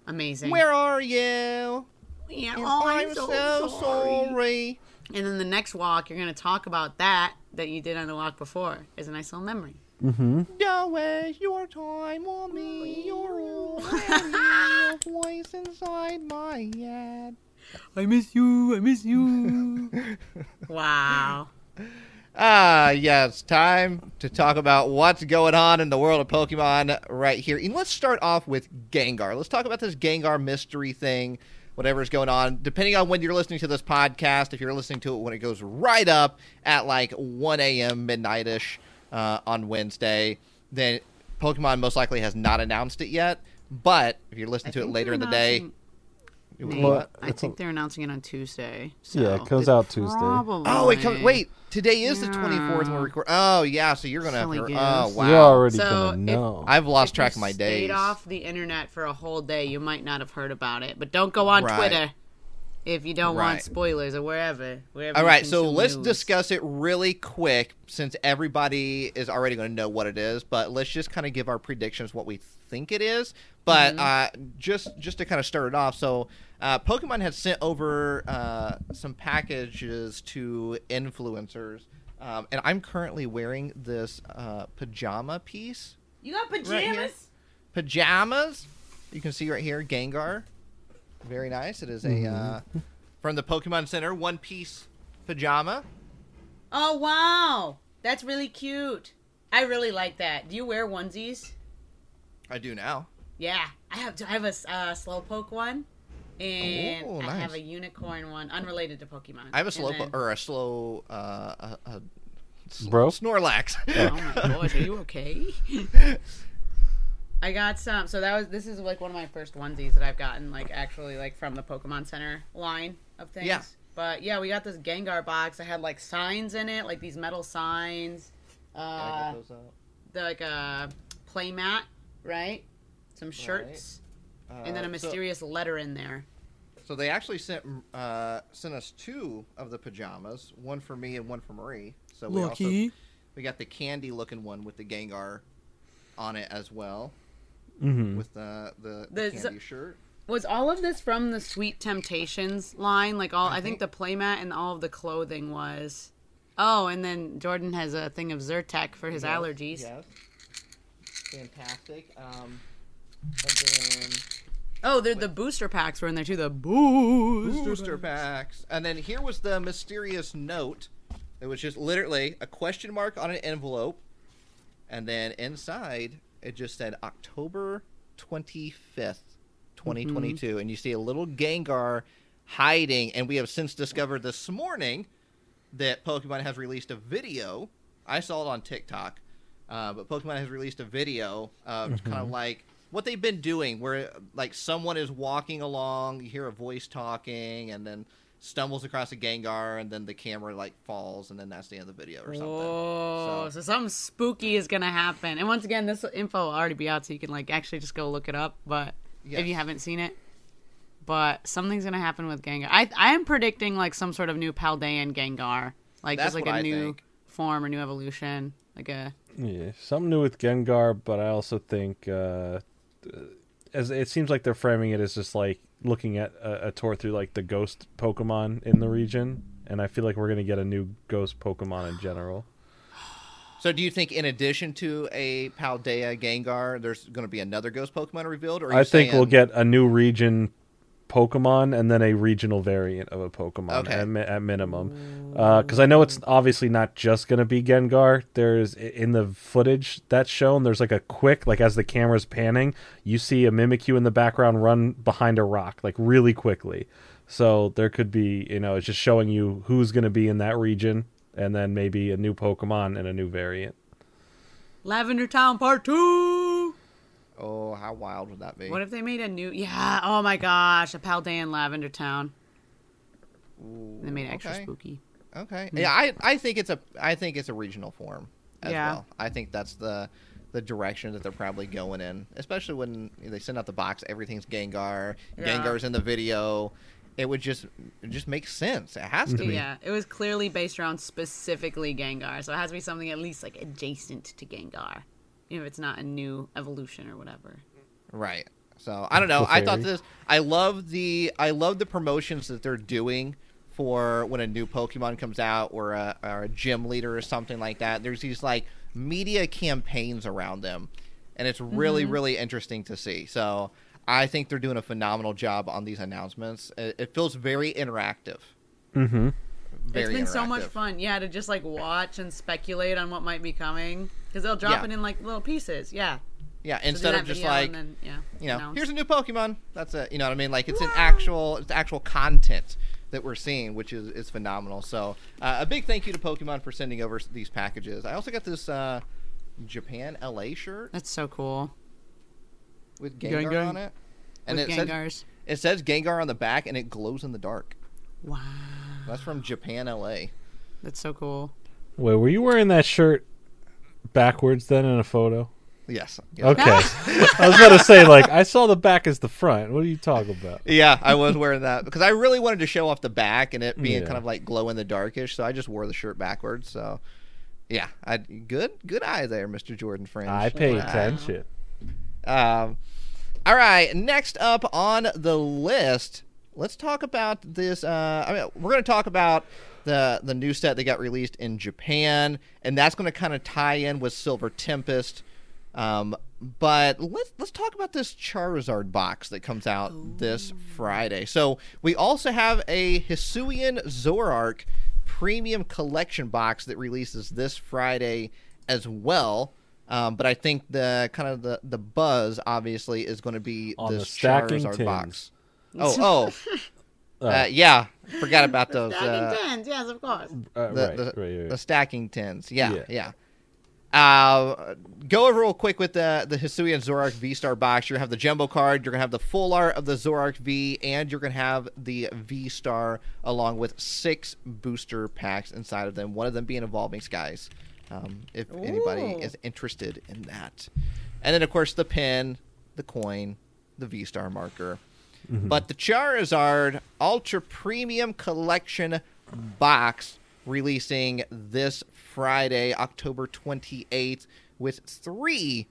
[SPEAKER 3] Amazing.
[SPEAKER 1] Where are you?
[SPEAKER 3] yeah,
[SPEAKER 1] And
[SPEAKER 3] oh,
[SPEAKER 1] I'm, so sorry.
[SPEAKER 3] And then the next walk, you're going to talk about that that you did on the walk before as a nice little memory.
[SPEAKER 1] Don't waste your time on me. You're already a voice inside my head.
[SPEAKER 3] I miss you. I miss you. wow.
[SPEAKER 1] Ah, yeah, it's time to talk about what's going on in the world of Pokemon right here. And let's start off with Gengar. Let's talk about this Gengar mystery thing, whatever's going on. Depending on when you're listening to this podcast, if you're listening to it when it goes right up at like 1 a.m., midnight ish uh, on Wednesday, then Pokemon most likely has not announced it yet. But if you're listening to it
[SPEAKER 3] think
[SPEAKER 1] later
[SPEAKER 3] they're
[SPEAKER 1] in the day,
[SPEAKER 3] announcing-
[SPEAKER 1] it
[SPEAKER 3] Nate,
[SPEAKER 1] will-
[SPEAKER 2] Well,
[SPEAKER 3] I
[SPEAKER 2] it's
[SPEAKER 3] think
[SPEAKER 2] a-
[SPEAKER 3] they're announcing it on Tuesday. So
[SPEAKER 2] Yeah, it comes
[SPEAKER 3] they're
[SPEAKER 2] out Tuesday.
[SPEAKER 3] probably-
[SPEAKER 1] Oh, it comes. Wait, today is the
[SPEAKER 3] Yeah.
[SPEAKER 1] 24th when we record. Oh, yeah. So you're gonna. Have
[SPEAKER 3] Silly
[SPEAKER 1] to,
[SPEAKER 3] goose.
[SPEAKER 1] oh, wow.
[SPEAKER 2] You're already
[SPEAKER 3] So
[SPEAKER 2] gonna
[SPEAKER 3] if-
[SPEAKER 2] know.
[SPEAKER 1] I've lost
[SPEAKER 3] If
[SPEAKER 1] track
[SPEAKER 3] you
[SPEAKER 1] of my
[SPEAKER 3] stayed
[SPEAKER 1] days.
[SPEAKER 3] off the internet for a whole day. You might not have heard about it, but don't go on
[SPEAKER 1] Right.
[SPEAKER 3] Twitter. if you don't want
[SPEAKER 1] Right.
[SPEAKER 3] spoilers or wherever. wherever
[SPEAKER 1] All
[SPEAKER 3] you
[SPEAKER 1] right, so
[SPEAKER 3] consume
[SPEAKER 1] let's
[SPEAKER 3] news.
[SPEAKER 1] discuss it really quick since everybody is already going to know what it is, but let's just kind of give our predictions what we think it is. But
[SPEAKER 3] Mm-hmm.
[SPEAKER 1] uh, just just to kind of start it off, so uh, Pokemon had sent over uh, some packages to influencers, um, and I'm currently wearing this uh, pajama piece,
[SPEAKER 4] You got pajamas?
[SPEAKER 1] Right here. pajamas. You can see right here, Gengar. Very nice. It is a
[SPEAKER 2] Mm-hmm.
[SPEAKER 1] uh, from the Pokemon Center one piece pajama.
[SPEAKER 3] Oh wow, that's really cute. I really like that. Do you wear onesies?
[SPEAKER 1] I do now.
[SPEAKER 3] Yeah, I have. I have a s- uh, slowpoke one, and
[SPEAKER 1] Ooh,
[SPEAKER 3] I have
[SPEAKER 1] nice.
[SPEAKER 3] a unicorn one, unrelated to Pokemon.
[SPEAKER 1] I have a er,
[SPEAKER 3] And
[SPEAKER 1] slow
[SPEAKER 3] then-
[SPEAKER 1] or a slow uh, uh, uh, s-
[SPEAKER 2] Bro?
[SPEAKER 1] Snorlax.
[SPEAKER 3] Oh my gosh, are you okay? I got some. So that was. This is like one of my first onesies that I've gotten, like actually, like from the Pokemon Center line of things.
[SPEAKER 1] Yeah.
[SPEAKER 3] But yeah, we got this Gengar box. I had like signs in it, like these metal signs. Uh, the, like a play mat, right? Some shirts, and then a mysterious letter in there.
[SPEAKER 1] Uh, So, so they actually sent uh, sent us two of the pajamas, one for me and one for Marie. So we also we got the candy looking one with the Gengar on it as well,
[SPEAKER 2] Mm-hmm.
[SPEAKER 1] with the the, the
[SPEAKER 3] The z-
[SPEAKER 1] candy shirt.
[SPEAKER 3] Was all of this from the Sweet Temptations line? Like all, I, think,
[SPEAKER 1] think-
[SPEAKER 3] the playmat and all of the clothing was. Oh, and then Jordan has a thing of Zyrtec for his
[SPEAKER 1] Yes,
[SPEAKER 3] allergies.
[SPEAKER 1] Yes. Fantastic. Um, and then.
[SPEAKER 3] Oh, they're, the booster packs were in there too. The booster.
[SPEAKER 1] booster packs. And then here was the mysterious note. It was just literally a question mark on an envelope. And then inside, it just said October 25th, 2022. And you see a little Gengar hiding. And we have since discovered this morning that Pokemon has released a video. I saw it on TikTok, uh, but Pokemon has released a video of kind of like what they've been doing, where like someone is walking along, you hear a voice talking, and then stumbles across a Gengar, and then the camera like falls, and then that's the end of the video or something.
[SPEAKER 3] Oh,
[SPEAKER 1] So-
[SPEAKER 3] so something spooky is gonna happen. And once again, this info will already be out, so you can like actually just go look it up. But if you
[SPEAKER 1] Yes.
[SPEAKER 3] haven't seen it, but something's gonna happen with Gengar. I I am predicting like some sort of new Paldean Gengar, like
[SPEAKER 1] That's
[SPEAKER 3] just like
[SPEAKER 1] what
[SPEAKER 3] a
[SPEAKER 1] I
[SPEAKER 3] new
[SPEAKER 1] think.
[SPEAKER 3] form or new evolution, like a
[SPEAKER 2] Yeah, something new with Gengar, but I also think uh, as it seems like they're framing it as just like looking at a, a tour through like the ghost Pokemon in the region, and I feel like we're gonna get a new ghost Pokemon in general.
[SPEAKER 1] So, do you think in addition to a Paldea Gengar, there's going to be another Ghost Pokemon revealed? Or are
[SPEAKER 2] I
[SPEAKER 1] you
[SPEAKER 2] think we'll
[SPEAKER 1] saying-
[SPEAKER 2] get a new region Pokemon and then a regional variant of a Pokemon
[SPEAKER 1] Okay.
[SPEAKER 2] at, mi- at minimum. Because I know it's obviously not just going to be Gengar. There's i- in the footage that's shown. There's like a quick, like as the camera's panning, you see a Mimikyu in the background run behind a rock, like really quickly. So there could be, you know, it's just showing you who's going to be in that region, and then maybe a new Pokemon and a new variant.
[SPEAKER 3] Lavender Town Part Two.
[SPEAKER 1] Oh, how wild would that be?
[SPEAKER 3] What if they made a new? Yeah. Oh my gosh, a Paldean Lavender Town. They made it extra
[SPEAKER 1] okay.
[SPEAKER 3] spooky.
[SPEAKER 1] Okay.
[SPEAKER 3] Hmm.
[SPEAKER 1] Yeah, I, I think it's a I think it's a regional form as
[SPEAKER 3] Yeah.
[SPEAKER 1] well. I think that's the the direction that they're probably going in, especially when they send out the box. Everything's Gengar.
[SPEAKER 3] Yeah.
[SPEAKER 1] Gengar's in the video. It would just it just makes sense. It has to be.
[SPEAKER 3] Yeah, it was clearly based around specifically Gengar, so it has to be something at least like adjacent to Gengar, even if it's not a new evolution or whatever.
[SPEAKER 1] Right. So I don't know. I thought
[SPEAKER 2] Clefairy.
[SPEAKER 1] this. I love the I love the promotions that they're doing for when a new Pokemon comes out or a, or a gym leader or something like that. There's these like media campaigns around them, and it's really
[SPEAKER 3] Mm-hmm.
[SPEAKER 1] really interesting to see. So I think they're doing a phenomenal job on these announcements. It, it feels very interactive.
[SPEAKER 2] Mm-hmm.
[SPEAKER 1] Very
[SPEAKER 3] it's been so much
[SPEAKER 1] interactive.
[SPEAKER 3] fun, yeah, to just like watch and speculate on what might be coming because they'll drop
[SPEAKER 1] Yeah.
[SPEAKER 3] it in like little pieces, yeah.
[SPEAKER 1] Yeah.
[SPEAKER 3] So do
[SPEAKER 1] Instead
[SPEAKER 3] that
[SPEAKER 1] of just
[SPEAKER 3] video
[SPEAKER 1] like
[SPEAKER 3] and then, yeah,
[SPEAKER 1] you know,
[SPEAKER 3] announce.
[SPEAKER 1] here's a new Pokemon. That's it. You know what I mean? Like it's an actual, it's actual content that we're seeing, which is is phenomenal. So uh, a big thank you to Pokemon for sending over s- these packages. I also got this uh, Japan LA shirt
[SPEAKER 3] that's so cool.
[SPEAKER 1] with Gengar
[SPEAKER 3] Gengar.
[SPEAKER 1] on it, and
[SPEAKER 3] With
[SPEAKER 1] it says,
[SPEAKER 3] Gengars,
[SPEAKER 1] it says Gengar on the back, and it glows in the dark.
[SPEAKER 3] wow,
[SPEAKER 1] That's from Japan LA.
[SPEAKER 3] that's so cool.
[SPEAKER 2] Wait, were you wearing that shirt backwards then in a photo?
[SPEAKER 1] Yes. yes.
[SPEAKER 2] Okay. I was about to say, like, I saw the back as the front. What are you talking about?
[SPEAKER 1] Yeah, I was wearing that because I really wanted to show off the back and it being
[SPEAKER 2] Yeah.
[SPEAKER 1] kind of like glow in the darkish. So I just wore the shirt backwards. So, yeah, I good good eye there, Mr. Jordan Fringe.
[SPEAKER 2] I pay
[SPEAKER 1] Wow.
[SPEAKER 2] attention.
[SPEAKER 1] Um, all right, next up on the list, let's talk about this. Uh, I mean, we're going to talk about the the new set that got released in Japan, and that's going to kind of tie in with Silver Tempest. Um, but let's let's talk about this Charizard box that comes out this Friday. So we also have a Hisuian Zorark premium collection box that releases this Friday as well. Um, but I think the kind of the, the buzz obviously is going to be
[SPEAKER 2] On
[SPEAKER 1] this
[SPEAKER 2] the stacking
[SPEAKER 1] Charizard
[SPEAKER 2] tins.
[SPEAKER 1] box. Oh, oh, uh, yeah, forgot about those. uh,
[SPEAKER 3] Dragon tens, yes, of course.
[SPEAKER 2] Uh,
[SPEAKER 1] the,
[SPEAKER 2] right,
[SPEAKER 1] the,
[SPEAKER 2] right, right, right.
[SPEAKER 1] the stacking tins. Yeah,
[SPEAKER 2] Yeah.
[SPEAKER 1] yeah. Uh, go over real quick with the the Hisuian Zorak V Star box. You're gonna have the jumbo card. You're gonna have the full art of the Zorak V, and you're gonna have the V Star along with six booster packs inside of them. One of them being evolving skies. Um, if
[SPEAKER 3] Ooh.
[SPEAKER 1] anybody is interested in that, and then of course the pin, the coin, the V Star marker. But the Charizard Ultra Premium Collection box releasing this Friday, October 28th, with three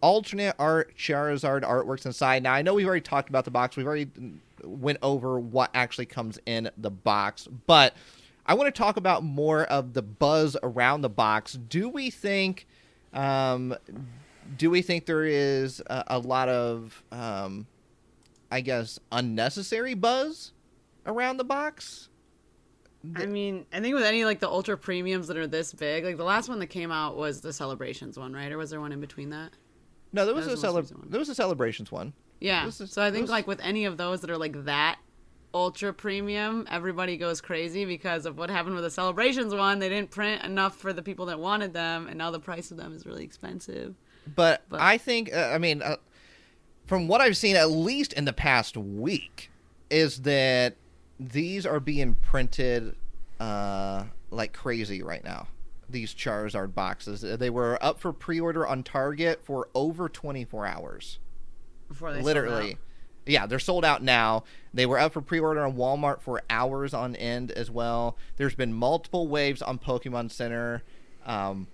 [SPEAKER 1] alternate art Charizard artworks inside. Now, I know we've already talked about the box, we've already went over what actually comes in the box, but I want to talk about more of the buzz around the box. Do we think. Um, do we think there is a, a lot of um, I guess, unnecessary buzz around the box.
[SPEAKER 3] I mean, I think with any like the ultra premiums that are this big, like the last one that came out was the celebrations one, right? Or was there one in between that?
[SPEAKER 1] No, there was,
[SPEAKER 3] That was
[SPEAKER 1] a
[SPEAKER 3] the most
[SPEAKER 1] cele-
[SPEAKER 3] recent one.
[SPEAKER 1] there was a celebrations one.
[SPEAKER 3] Yeah.
[SPEAKER 1] This is-
[SPEAKER 3] so I think
[SPEAKER 1] this-
[SPEAKER 3] like with any of those that are like that ultra premium, everybody goes crazy because of what happened with the celebrations one. They didn't print enough for the people that wanted them, and now the price of them is really expensive.
[SPEAKER 1] But,
[SPEAKER 3] But-
[SPEAKER 1] I think, uh, I mean, uh, from what I've seen, at least in the past week, is that these are being printed uh, like crazy right now. These Charizard boxes. They were up for pre order on Target for over 24 hours.
[SPEAKER 3] Before they sold
[SPEAKER 1] literally
[SPEAKER 3] out.
[SPEAKER 1] yeah they're sold out now they were up for pre-order on walmart for hours on end as well there's been multiple waves on pokemon center um,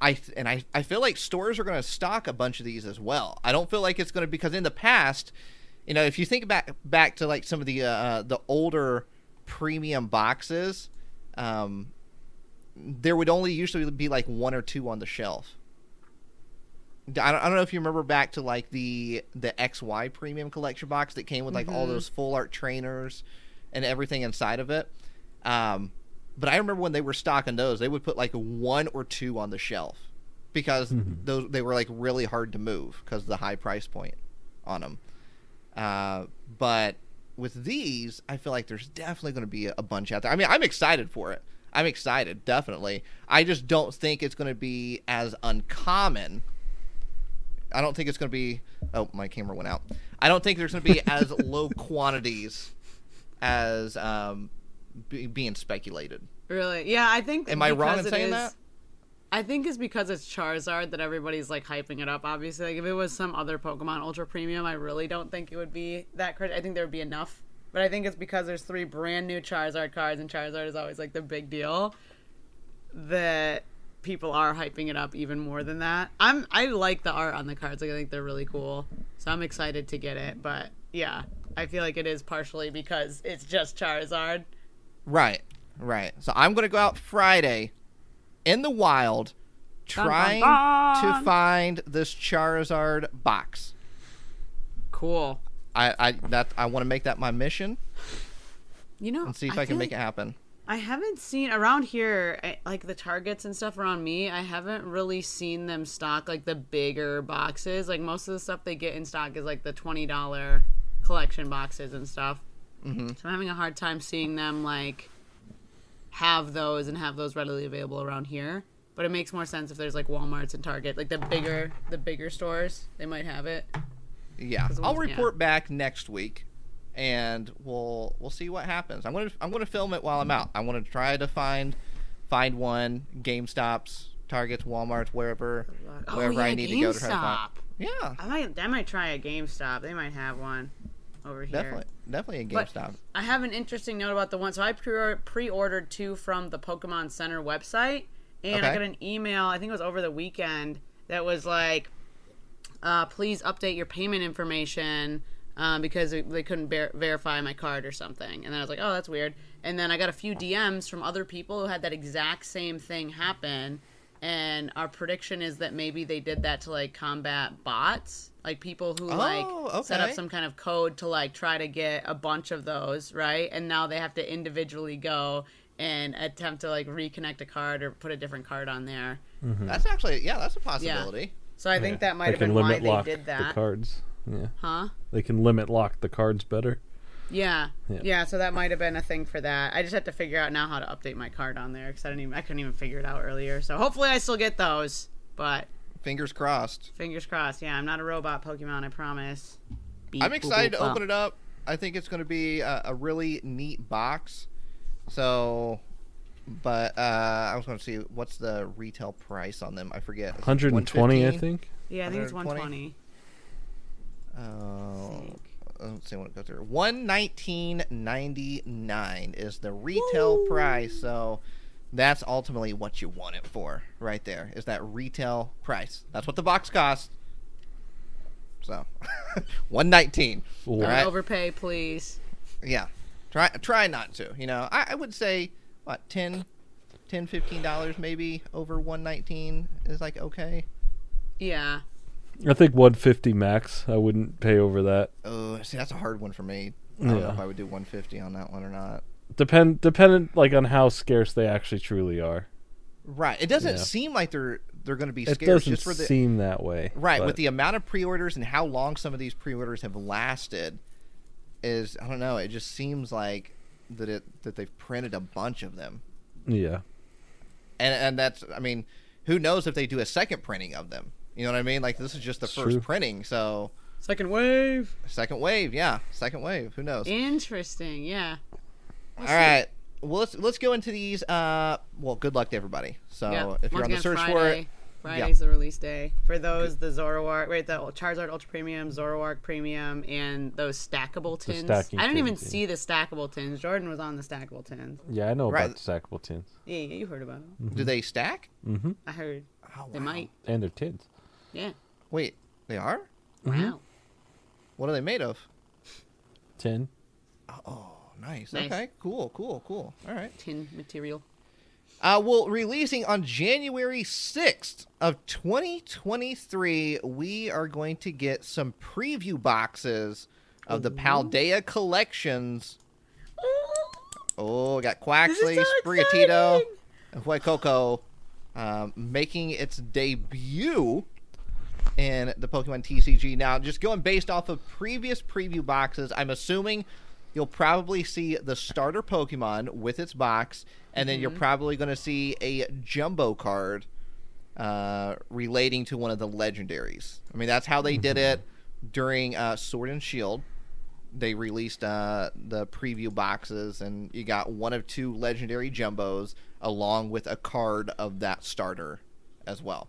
[SPEAKER 1] I th- and I, I feel like stores are going to stock a bunch of these as well. I don't feel like it's going to because in the past, you know, if you think back back to like some of the uh, the older premium boxes, um, there would only usually be like one or two on the shelf. I don't, I don't know if you remember back to like the the XY premium collection box that came with like all those full art trainers and everything inside of it. Um, but I remember when they were stocking those, they would put like one or two on the shelf because those they were like really hard to move because of the high price point on them. Uh, but with these, I feel like there's definitely going to be a bunch out there. I mean, I'm excited for it. I'm excited, definitely. I just don't think it's going to be as uncommon. I don't think it's going to be. Oh, my camera went out. I don't think there's going to be as low quantities as um, be, being speculated.
[SPEAKER 3] Really? Yeah, I think.
[SPEAKER 1] Am I wrong in
[SPEAKER 3] because it
[SPEAKER 1] saying
[SPEAKER 3] is-
[SPEAKER 1] that?
[SPEAKER 3] I think it's because it's Charizard that everybody's like hyping it up. Obviously, like if it was some other Pokemon Ultra Premium, I really don't think it would be that crazy. I think there would be enough, but I think it's because there's three brand new Charizard cards, and Charizard is always like the big deal. That people are hyping it up even more than that. I'm I like the art on the cards. Like I think they're really cool, so I'm excited to get it. But yeah, I feel like it is partially because it's just Charizard.
[SPEAKER 1] Right, right. So I'm going to go out Friday in the wild
[SPEAKER 3] dun,
[SPEAKER 1] trying
[SPEAKER 3] dun.
[SPEAKER 1] to find this Charizard box.
[SPEAKER 3] Cool.
[SPEAKER 1] I, I that I want to make that my mission
[SPEAKER 3] You know,
[SPEAKER 1] and see if I, can
[SPEAKER 3] feel
[SPEAKER 1] make
[SPEAKER 3] like-
[SPEAKER 1] it happen.
[SPEAKER 3] I haven't seen around here, I- like the targets and stuff around me. I haven't really seen them stock like the bigger boxes. Like most of the stuff they get in stock is like the twenty dollar collection boxes and stuff.
[SPEAKER 1] Mm-hmm.
[SPEAKER 3] So I'm having a hard time seeing them like have those and have those readily available around here. But it makes more sense if there's like WalMarts and Target, like the bigger the bigger stores. They might have it.
[SPEAKER 1] Yeah,
[SPEAKER 3] it
[SPEAKER 1] I'll
[SPEAKER 3] was- yeah.
[SPEAKER 1] report back next week, and we'll we'll see what happens. I'm gonna I'm gonna film it while I'm out. I want to try to find find one GameStop's Targets, Walmarts, wherever
[SPEAKER 3] Oh,
[SPEAKER 1] wherever I need to go to try to find. Yeah,
[SPEAKER 3] I might, I might try a GameStop. They might have one over here.
[SPEAKER 1] definitely, definitely a
[SPEAKER 3] But
[SPEAKER 1] GameStop.
[SPEAKER 3] I have an interesting note about the one. So I pre- pre-ordered two from the Pokemon Center website, and I
[SPEAKER 1] Okay.
[SPEAKER 3] got an email. I think it was over the weekend that was like, uh, "Please update your payment information." Um, because they- they couldn't ver- verify my card or something, and then I was like, "Oh, that's weird." And then I got a few DMs from other people who had that exact same thing happen, and our prediction is that maybe they did that to like combat bots, like people who like
[SPEAKER 1] Oh,
[SPEAKER 3] set up
[SPEAKER 1] okay.
[SPEAKER 3] some kind of code to like try to get a bunch of those, right? And now they have to individually go and attempt to like reconnect a card or put a different card on there.
[SPEAKER 1] That's actually yeah, that's a possibility.
[SPEAKER 3] So I think that might
[SPEAKER 2] They
[SPEAKER 3] have
[SPEAKER 2] can
[SPEAKER 3] been why
[SPEAKER 2] limit
[SPEAKER 3] they
[SPEAKER 2] lock
[SPEAKER 3] did
[SPEAKER 2] the
[SPEAKER 3] that.
[SPEAKER 2] cards. Yeah,
[SPEAKER 3] Huh?
[SPEAKER 2] they can limit lock the cards better.
[SPEAKER 3] Yeah. yeah.
[SPEAKER 2] Yeah.
[SPEAKER 3] so that might have been a thing for that. I just have to figure out now how to update my card on there cuz I didn't even I couldn't even figure it out earlier. So hopefully I still get those. But
[SPEAKER 1] Fingers crossed.
[SPEAKER 3] fingers crossed. Yeah, I'm not a robot Pokemon, I promise.
[SPEAKER 1] I'm excited to open it up. I think it's going to be a, a really neat box. So, but uh, I was going to see what's the retail price on them. I forget. Is it
[SPEAKER 2] 120, I
[SPEAKER 1] 115?
[SPEAKER 2] think.
[SPEAKER 3] Yeah, I think it's
[SPEAKER 1] 120?
[SPEAKER 3] 120.
[SPEAKER 1] Oh,
[SPEAKER 3] Think.
[SPEAKER 1] Uh, let's see when it goes through. One nineteen ninety nine is the retail price. So that's ultimately what you want it for, right there. Is that retail price? That's what the box costs. So one nineteen. All
[SPEAKER 2] Don't
[SPEAKER 1] right.
[SPEAKER 3] Overpay, please.
[SPEAKER 1] Yeah. Try try not to. You know, I, I would say what 10 10 15 dollars maybe over 119 is like okay.
[SPEAKER 3] Yeah.
[SPEAKER 2] I think 150 max. I wouldn't pay over that.
[SPEAKER 1] Oh, see that's a hard one for me. I don't know
[SPEAKER 2] Yeah.
[SPEAKER 1] if I would do 150 on that one or not.
[SPEAKER 2] Depend dependent like on how scarce they actually truly are.
[SPEAKER 1] Right. It doesn't
[SPEAKER 2] Yeah.
[SPEAKER 1] seem like they're they're going to be
[SPEAKER 2] It
[SPEAKER 1] scarce
[SPEAKER 2] doesn't
[SPEAKER 1] just for the
[SPEAKER 2] seem that way.
[SPEAKER 1] right with
[SPEAKER 2] but-
[SPEAKER 1] the amount of pre-orders and how long some of these pre-orders have lasted. Is I don't know. It just seems like that it that they've printed a bunch of them,
[SPEAKER 2] yeah.
[SPEAKER 1] and and that's I mean, who knows if they do a second printing of them? You know what I mean? Like this is just the
[SPEAKER 2] It's
[SPEAKER 1] first
[SPEAKER 2] true.
[SPEAKER 1] printing, so
[SPEAKER 3] Second wave.
[SPEAKER 1] second wave, yeah, second wave. Who knows?
[SPEAKER 3] Interesting. Yeah.
[SPEAKER 1] All right. Well, let's let's go into these. Uh, well, good luck to everybody. So
[SPEAKER 3] yeah.
[SPEAKER 1] if you're on the search for
[SPEAKER 3] Friday.
[SPEAKER 1] it,
[SPEAKER 3] Friday's the release day for those the Zoroark, wait the Charizard Ultra Premium, Zoroark Premium, and those stackable tins. I
[SPEAKER 2] stacking
[SPEAKER 3] didn't even
[SPEAKER 2] tins, yeah.
[SPEAKER 3] see the stackable tins. Jordan was on the stackable tins.
[SPEAKER 2] Yeah, I know
[SPEAKER 1] Right.
[SPEAKER 2] about the stackable tins.
[SPEAKER 3] Yeah, yeah, you heard about them.
[SPEAKER 1] do they stack?
[SPEAKER 3] I heard
[SPEAKER 1] Oh,
[SPEAKER 3] they
[SPEAKER 1] wow.
[SPEAKER 3] might.
[SPEAKER 2] And their tins.
[SPEAKER 3] Yeah.
[SPEAKER 1] Wait, they are?
[SPEAKER 2] Mm-hmm.
[SPEAKER 3] Wow.
[SPEAKER 1] What are they made of?
[SPEAKER 2] Tin.
[SPEAKER 1] Oh, nice.
[SPEAKER 3] Nice.
[SPEAKER 1] Okay, cool, cool, cool. All right.
[SPEAKER 3] Tin material.
[SPEAKER 1] Uh, well, releasing on January 6th of 2023, we are going to get some preview boxes of the Paldea collections. Oh, we got Quaxley,
[SPEAKER 3] so
[SPEAKER 1] Sprigatito, and Huecoco um, making its debut in the Pokemon TCG. Now, just going based off of previous preview boxes, I'm assuming you'll probably see the starter Pokemon with its box, and then you're probably going to see a jumbo card uh, relating to one of the legendaries. I mean, that's how they did it during uh, Sword and Shield. They released uh, the preview boxes, and you got one of two legendary jumbos along with a card of that starter as well.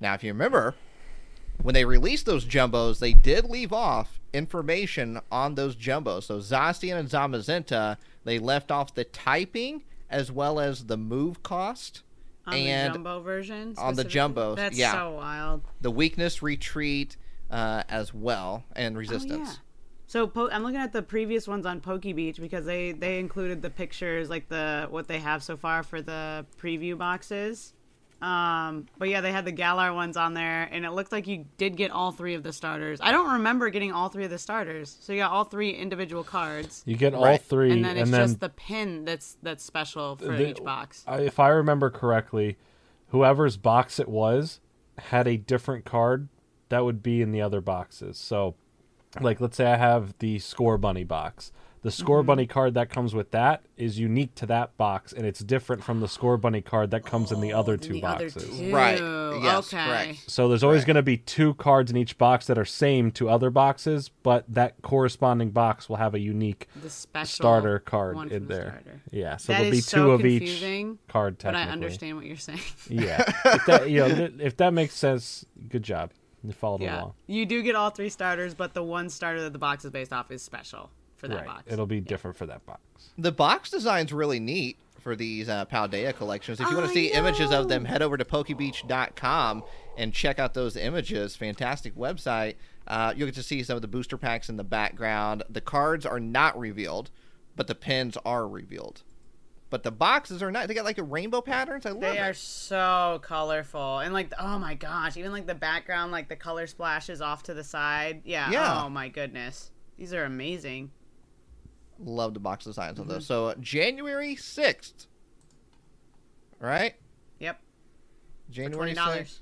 [SPEAKER 1] Now, if you remember, when they released those jumbos, they did leave off information on those jumbos. So Zacian and Zamazenta, they left off the typing as well as the move cost
[SPEAKER 3] On
[SPEAKER 1] and
[SPEAKER 3] the jumbo version.
[SPEAKER 1] on the
[SPEAKER 3] specifically?
[SPEAKER 1] jumbos,
[SPEAKER 3] That's
[SPEAKER 1] yeah.
[SPEAKER 3] so wild.
[SPEAKER 1] the weakness retreat uh, as well and resistance.
[SPEAKER 3] Oh, yeah. So po- I'm looking at the previous ones on Poke Beach because they they included the pictures like the what they have so far for the preview boxes. Um, but yeah, they had the Galar ones on there, and it looked like you did get all three of the starters. I don't remember getting all three of the starters, so you got all three individual cards,
[SPEAKER 2] You get all
[SPEAKER 1] Right.
[SPEAKER 2] three
[SPEAKER 3] and then it's just the pin that's that's special for
[SPEAKER 2] the-
[SPEAKER 3] each box.
[SPEAKER 2] I- if I remember correctly, whoever's box it was had a different card that would be in the other boxes. So, like, let's say I have the score bunny box. The score
[SPEAKER 3] Mm-hmm.
[SPEAKER 2] bunny card that comes with that is unique to that box, and it's different from the score bunny card that comes in the other two
[SPEAKER 3] Oh, the
[SPEAKER 2] boxes.
[SPEAKER 3] other two.
[SPEAKER 1] Right. Yes,
[SPEAKER 3] okay.
[SPEAKER 1] correct.
[SPEAKER 2] So there's always going to be two cards in each box that are same to other boxes, but that corresponding box will have a unique
[SPEAKER 3] The special
[SPEAKER 2] starter card
[SPEAKER 3] one
[SPEAKER 2] in
[SPEAKER 3] from the
[SPEAKER 2] there.
[SPEAKER 3] starter.
[SPEAKER 2] Yeah, so
[SPEAKER 3] That
[SPEAKER 2] there'll be two
[SPEAKER 3] is so
[SPEAKER 2] of
[SPEAKER 3] confusing,
[SPEAKER 2] each card.
[SPEAKER 3] But I
[SPEAKER 2] technically.
[SPEAKER 3] understand what you're saying.
[SPEAKER 2] Yeah, if that, you know, th- if that makes sense, good job. You followed
[SPEAKER 3] yeah.
[SPEAKER 2] along.
[SPEAKER 3] You do get all three starters, but the one starter that the box is based off is special for that
[SPEAKER 2] right,
[SPEAKER 3] box.
[SPEAKER 2] it'll be different for that box.
[SPEAKER 1] The box design's really neat for these uh, Paldea collections. If you want
[SPEAKER 3] I
[SPEAKER 1] to see images of them,
[SPEAKER 3] know.
[SPEAKER 1] head over to pokebeach.com and check out those images. Fantastic website. Uh, you'll get to see some of the booster packs in the background. The cards are not revealed, but the pins are revealed. But the boxes are not. They got like a rainbow patterns. I love
[SPEAKER 3] They
[SPEAKER 1] it.
[SPEAKER 3] are so colorful and like oh my gosh, even like the background, like the color splashes off to the side. Yeah.
[SPEAKER 1] Yeah.
[SPEAKER 3] Oh my goodness, these are amazing.
[SPEAKER 1] love the box designs on those.
[SPEAKER 3] Mm-hmm.
[SPEAKER 1] So uh, January sixth, right?
[SPEAKER 3] Yep.
[SPEAKER 1] January
[SPEAKER 3] Twenty dollars.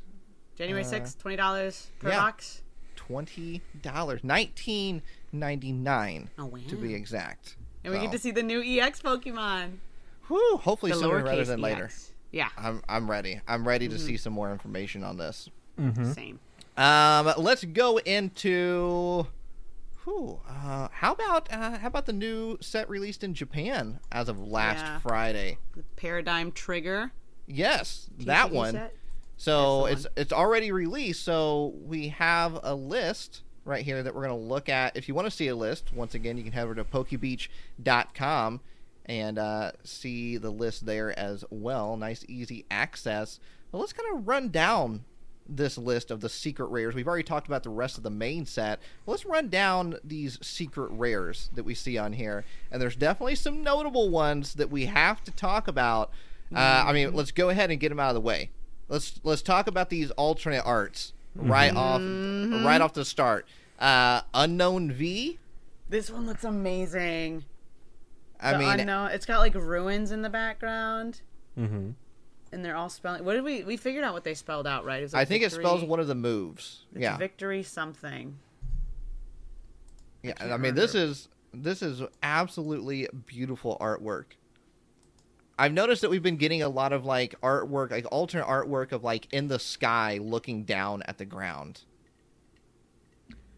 [SPEAKER 1] 6th,
[SPEAKER 3] January sixth,
[SPEAKER 2] Uh,
[SPEAKER 3] twenty dollars per
[SPEAKER 1] yeah.
[SPEAKER 3] box.
[SPEAKER 1] twenty dollars, nineteen ninety nine
[SPEAKER 3] Oh wow.
[SPEAKER 1] to be exact.
[SPEAKER 3] and we get
[SPEAKER 1] So,
[SPEAKER 3] to see the new EX Pokemon.
[SPEAKER 1] whew, hopefully
[SPEAKER 3] The
[SPEAKER 1] sooner
[SPEAKER 3] lowercase E Mm-hmm.
[SPEAKER 1] rather than
[SPEAKER 3] EX.
[SPEAKER 1] later.
[SPEAKER 3] Yeah.
[SPEAKER 1] I'm I'm ready. I'm ready to see some more information on this.
[SPEAKER 2] Mm-hmm.
[SPEAKER 3] Same.
[SPEAKER 1] Um, let's go into. Whew, uh, how about uh, how about the new set released in Japan as of last
[SPEAKER 3] Yeah.
[SPEAKER 1] Friday?
[SPEAKER 3] The Paradigm Trigger.
[SPEAKER 1] Yes, that
[SPEAKER 3] TCG
[SPEAKER 1] one.
[SPEAKER 3] E set.
[SPEAKER 1] So
[SPEAKER 3] That's the
[SPEAKER 1] it's it's already released. So we have a list right here that we're going to look at. If you want to see a list, once again, you can head over to pokebeach.com and uh, see the list there as well. Nice, easy access. But let's kind of run down this list of the secret rares. We've already talked about the rest of the main set. Let's run down these secret rares that we see on here. And there's definitely some notable ones that we have to talk about. Uh, I mean, let's go ahead and get them out of the way. Let's let's talk about these alternate arts right
[SPEAKER 3] Mm-hmm.
[SPEAKER 1] off right off the start. Uh, unknown V.
[SPEAKER 3] This one looks amazing.
[SPEAKER 1] I
[SPEAKER 3] the
[SPEAKER 1] mean,
[SPEAKER 3] unknown. It's got like ruins in the background,
[SPEAKER 2] Mm-hmm.
[SPEAKER 3] and they're all spelling. What did we? We figured out what they spelled out, right? It was like
[SPEAKER 1] I think it
[SPEAKER 3] victory-
[SPEAKER 1] spells one of the moves.
[SPEAKER 3] it's
[SPEAKER 1] yeah,
[SPEAKER 3] Victory something.
[SPEAKER 1] yeah. I
[SPEAKER 3] can't
[SPEAKER 1] mean, this
[SPEAKER 3] remember.
[SPEAKER 1] is this is absolutely beautiful artwork. I've noticed that we've been getting a lot of like artwork, like alternate artwork of like in the sky looking down at the ground.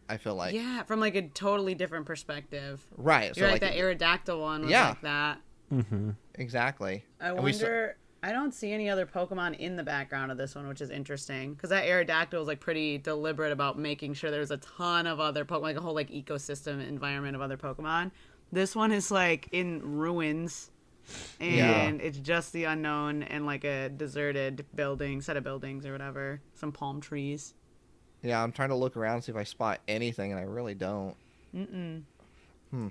[SPEAKER 1] I feel like
[SPEAKER 3] yeah, from like a totally different perspective.
[SPEAKER 1] right.
[SPEAKER 3] You're
[SPEAKER 1] so
[SPEAKER 3] like, that Aerodactyl one was
[SPEAKER 1] Yeah.
[SPEAKER 3] like that.
[SPEAKER 1] exactly.
[SPEAKER 3] I
[SPEAKER 1] And we saw-
[SPEAKER 3] wonder. I don't see any other Pokemon in the background of this one, which is interesting because that Aerodactyl was like pretty deliberate about making sure there's a ton of other Pokemon, like a whole like ecosystem environment of other Pokemon. This one is like in ruins, and it's just the unknown and like a deserted building, set of buildings or whatever, some palm trees.
[SPEAKER 1] Yeah, I'm trying to look around see if I spot anything, and I really don't. Mm-mm. Hmm.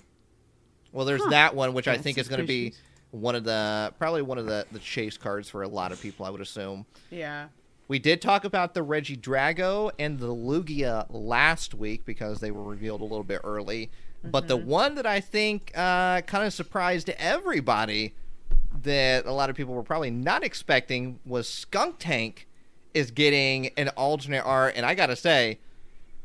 [SPEAKER 1] Well, there's that one, which I
[SPEAKER 3] That's
[SPEAKER 1] think is going to be one of the probably one of the the chase cards for a lot of people. I would assume.
[SPEAKER 3] Yeah,
[SPEAKER 1] We did talk about the Reggie Drago and the Lugia last week because they were revealed a little bit early. But the one that I think uh, kind of surprised everybody that a lot of people were probably not expecting was Skunk Tank is getting an alternate art. And I got to say,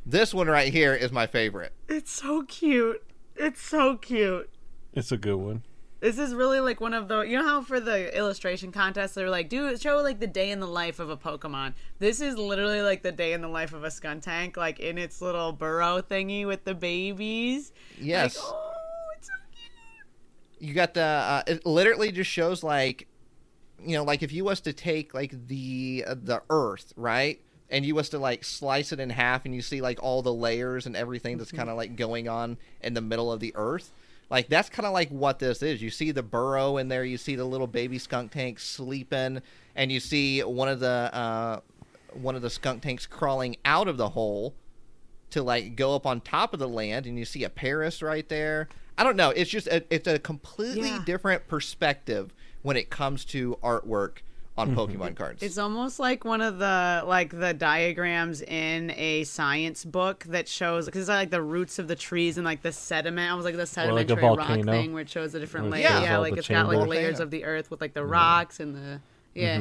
[SPEAKER 1] this one right here is my favorite.
[SPEAKER 3] it's so cute. It's so cute.
[SPEAKER 2] It's a good one.
[SPEAKER 3] This is really like one of the you know how for the illustration contest they were like do show like the day in the life of a Pokemon. This is literally like the day in the life of a Skuntank, like in its little burrow thingy with the babies.
[SPEAKER 1] Yes.
[SPEAKER 3] Like, oh, it's so cute.
[SPEAKER 1] you got the uh, it literally just shows like you know like if you was to take like the uh, the earth right and you was to like slice it in half and you see like all the layers and everything that's kind of like going on in the middle of the earth like that's kind of like what this is you see the burrow in there you see the little baby skunk tank sleeping and you see one of the uh one of the skunk tanks crawling out of the hole to like go up on top of the land and you see a Paris right there. I don't know. It's just a, it's a completely
[SPEAKER 3] Yeah.
[SPEAKER 1] different perspective when it comes to artwork on Pokemon cards.
[SPEAKER 3] It's almost like one of the like the diagrams in a science book that shows because it's like the roots of the trees and like the sediment. I was like the
[SPEAKER 2] like a
[SPEAKER 3] sedimentary rock
[SPEAKER 2] volcano.
[SPEAKER 3] thing where it shows the different
[SPEAKER 2] Where it
[SPEAKER 3] layers.
[SPEAKER 1] shows
[SPEAKER 3] Yeah,
[SPEAKER 2] all
[SPEAKER 3] like
[SPEAKER 2] the
[SPEAKER 3] it's got like
[SPEAKER 2] chambers. Mm-hmm.
[SPEAKER 3] layers of the earth with like the rocks and the yeah,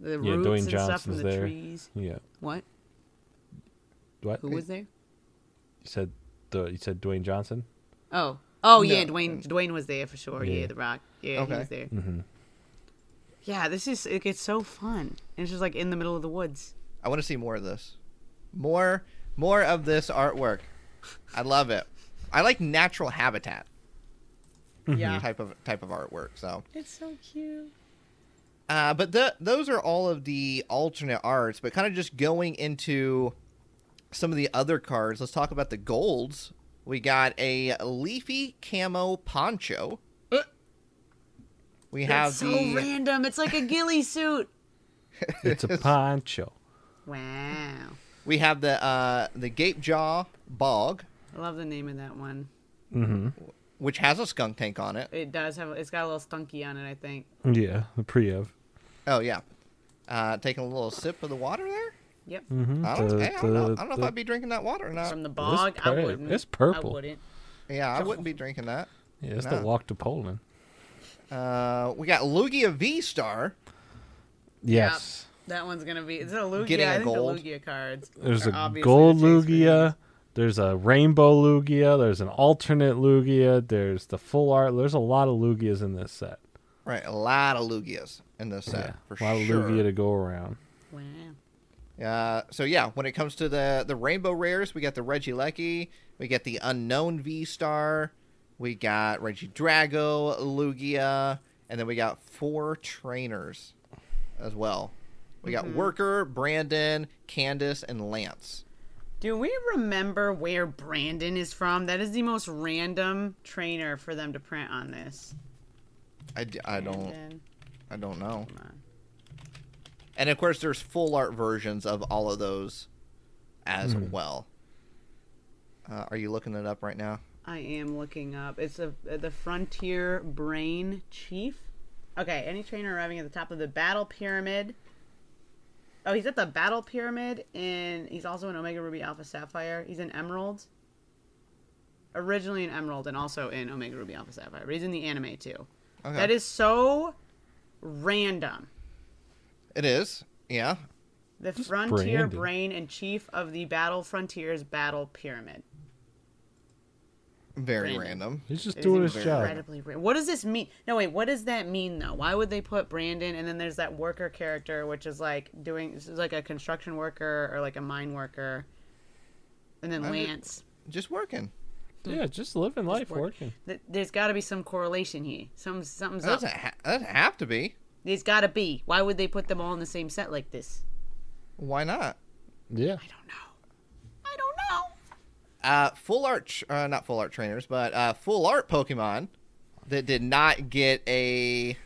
[SPEAKER 3] the
[SPEAKER 2] Yeah,
[SPEAKER 3] roots
[SPEAKER 2] Dwayne
[SPEAKER 3] and stuff and
[SPEAKER 2] Johnson's
[SPEAKER 3] the
[SPEAKER 2] there.
[SPEAKER 3] trees.
[SPEAKER 2] Yeah.
[SPEAKER 3] What?
[SPEAKER 2] What
[SPEAKER 3] Who was there?
[SPEAKER 2] you said? The, you said Dwayne Johnson.
[SPEAKER 3] Oh. Oh yeah, Dwayne Dwayne was there for sure. Yeah,
[SPEAKER 2] Yeah. Mm-hmm.
[SPEAKER 3] The Rock. Yeah,
[SPEAKER 1] Okay.
[SPEAKER 3] he was there. Yeah, this is it gets so fun. And it's just like in the middle of the woods.
[SPEAKER 1] I want to see more of this. More more of this artwork. I love it. I like natural habitat
[SPEAKER 2] Mm-hmm.
[SPEAKER 3] Yeah,
[SPEAKER 1] type of type of artwork. So,
[SPEAKER 3] it's so cute.
[SPEAKER 1] uh, but the, those are all of the alternate arts. But kind of just going into some of the other cards. Let's talk about the golds. We got a leafy camo poncho. We have
[SPEAKER 3] It's Uh. so
[SPEAKER 1] the
[SPEAKER 3] random. It's like a ghillie suit.
[SPEAKER 2] It's a poncho.
[SPEAKER 3] Wow,
[SPEAKER 1] we have the uh, the gape jaw bog,
[SPEAKER 3] I love the name of that one.
[SPEAKER 1] which has a skunk tank on it.
[SPEAKER 3] It does have. It's got a little stunky on it. I think.
[SPEAKER 2] Yeah, the Priev.
[SPEAKER 1] Oh yeah, uh, taking a little sip of the water there.
[SPEAKER 3] Yep.
[SPEAKER 1] I don't,
[SPEAKER 2] The-
[SPEAKER 1] hey, I don't know. I
[SPEAKER 2] the-
[SPEAKER 1] don't know if
[SPEAKER 2] the-
[SPEAKER 1] I'd be drinking that water or not.
[SPEAKER 3] From the bog, I
[SPEAKER 2] purple.
[SPEAKER 3] wouldn't.
[SPEAKER 2] It's purple.
[SPEAKER 3] I wouldn't.
[SPEAKER 1] Yeah, I wouldn't be drinking that.
[SPEAKER 2] Yeah, it's
[SPEAKER 1] Nah.
[SPEAKER 2] the walk to Poland.
[SPEAKER 1] Uh, we got Lugia V Star.
[SPEAKER 2] Yes.
[SPEAKER 3] That one's gonna be. It's a Lugia.
[SPEAKER 1] Getting a
[SPEAKER 3] I think
[SPEAKER 1] gold.
[SPEAKER 3] the Lugia cards.
[SPEAKER 2] There's
[SPEAKER 3] are
[SPEAKER 2] a
[SPEAKER 3] obviously
[SPEAKER 2] gold
[SPEAKER 3] the chase
[SPEAKER 2] Lugia.
[SPEAKER 3] versions.
[SPEAKER 2] There's a rainbow Lugia. There's an alternate Lugia. There's the full art. There's a lot of Lugias in this set.
[SPEAKER 1] Right, a lot of Lugias in this set
[SPEAKER 2] Yeah,
[SPEAKER 1] for
[SPEAKER 2] a lot
[SPEAKER 1] sure.
[SPEAKER 2] of Lugia to go around.
[SPEAKER 3] Wow.
[SPEAKER 1] Uh, so yeah, when it comes to the the rainbow rares, we got the Regieleki, we got the unknown V Star, we got Regidrago, Lugia, and then we got four trainers as well. We got
[SPEAKER 3] Mm-hmm.
[SPEAKER 1] Worker, Brandon, Candace, and Lance.
[SPEAKER 3] Do we remember where Brandon is from? That is the most random trainer for them to print on this.
[SPEAKER 1] I, d- I don't
[SPEAKER 3] Brandon,
[SPEAKER 1] I don't know.
[SPEAKER 3] come on.
[SPEAKER 1] And of course, there's full art versions of all of those as well. Uh, are you looking it up right now?
[SPEAKER 3] I am looking up. It's a, the Frontier Brain Chief. Okay, any trainer arriving at the top of the Battle Pyramid. Oh, he's at the Battle Pyramid, and he's also an Omega Ruby Alpha Sapphire. He's an Emerald. Originally an Emerald, and also in Omega Ruby Alpha Sapphire, but he's in the anime too.
[SPEAKER 1] Okay.
[SPEAKER 3] That is so random.
[SPEAKER 1] It is. Yeah.
[SPEAKER 3] The Frontier
[SPEAKER 2] branded.
[SPEAKER 3] Brain and Chief of the Battle Frontiers Battle Pyramid.
[SPEAKER 1] Very
[SPEAKER 3] Brandon.
[SPEAKER 1] random.
[SPEAKER 2] He's just
[SPEAKER 3] It is
[SPEAKER 2] doing his job.
[SPEAKER 3] incredibly rare. What does this mean? No, wait. What does that mean though? Why would they put Brandon and then there's that worker character, which is like doing this is like a construction worker or like a mine worker, and then
[SPEAKER 1] I mean-
[SPEAKER 3] Lance.
[SPEAKER 1] Just working.
[SPEAKER 2] Yeah, just living life,
[SPEAKER 3] work.
[SPEAKER 2] working.
[SPEAKER 3] Th- There's got to be some correlation here. Some something's
[SPEAKER 1] That
[SPEAKER 3] up.
[SPEAKER 1] doesn't, ha- that doesn't have to be.
[SPEAKER 3] There's got to be. Why would they put them all in the same set like this?
[SPEAKER 1] Why not?
[SPEAKER 2] Yeah.
[SPEAKER 3] I don't know. I don't know.
[SPEAKER 1] Uh, full art, tr- uh, not full art trainers, but uh, full art Pokemon that did not get a.